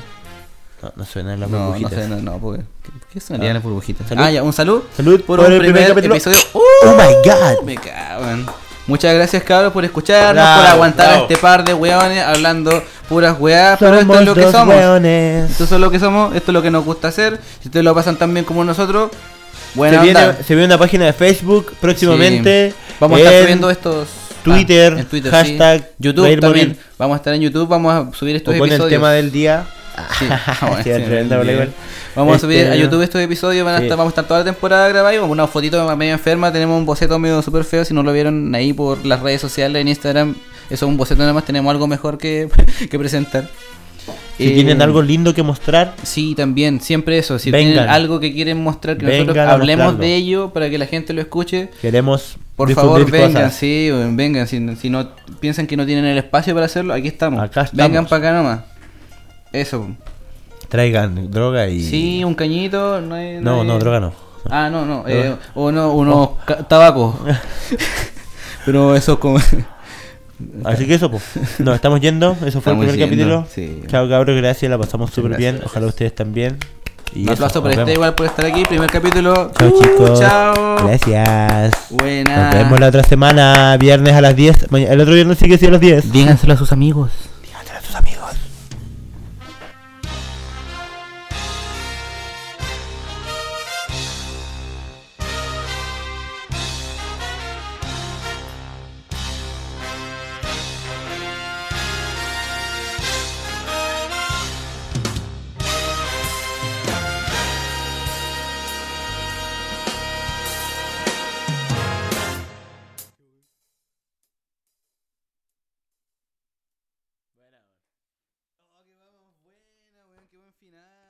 No, no suenan las No, no burbujitas. sé, no, no, porque. ¿Qué, qué sonarían Ah. las burbujitas? Salud. Ah, ya, un salud. Salud por, un primer, capítulo. episodio. Uh, Oh, my god. Me cagan. Muchas gracias, cabros, por escucharnos, Bravo, por aguantar bravo. a este par de weones hablando puras weas, pero esto Somos es lo que dos somos. weones. Esto es lo que somos, esto es lo que nos gusta hacer. Si ustedes lo pasan tan bien como nosotros, Se buena onda. viene, se viene una página de Facebook próximamente. Sí. Vamos a estar en subiendo estos. ah, Twitter, en sí. hashtag YouTube Reír también. Morir. Vamos a estar en YouTube, vamos a subir estos o pon episodios. el tema del día. Sí, bueno, Sí, sí, tremenda bien. bola igual. Vamos Este, a subir a YouTube estos episodios, van a sí. estar, vamos a estar toda la temporada grabada y vamos una fotito medio enferma, tenemos un boceto medio super feo, si no lo vieron ahí por las redes sociales, en Instagram, eso es un boceto nada más, tenemos algo mejor que, que presentar. Si Eh, tienen algo lindo que mostrar, Sí, también, siempre eso, si Vengan. tienen algo que quieren mostrar, que nosotros Vengan a hablemos mostrarlo. de ello para que la gente lo escuche. queremos Por difundir favor, vengan, cosas. sí, weón, vengan. Si, si no piensan que no tienen el espacio para hacerlo, aquí estamos. Acá estamos. Vengan para acá nomás. Eso. Traigan droga y. Sí, un cañito. No, hay- no, hay- no, droga no. Ah, no, no. eh, o no, unos Oh. ca- tabacos. Pero eso es como. Así que eso, pues. Nos estamos yendo. Eso fue Estamos el primer yendo, capítulo. sí. Chao, cabros. Gracias. La pasamos súper bien. gracias. Ojalá ustedes también. Y Un eso, aplauso nos para este vemos. igual por estar aquí. Primer capítulo. Chao, Uh, chicos. Chao. Gracias. Buena. Nos vemos la otra semana. Viernes a las 10. Maña- El otro viernes sí que sí a las 10. Díganselo a sus amigos. Díganle a sus amigos. Qué buen final.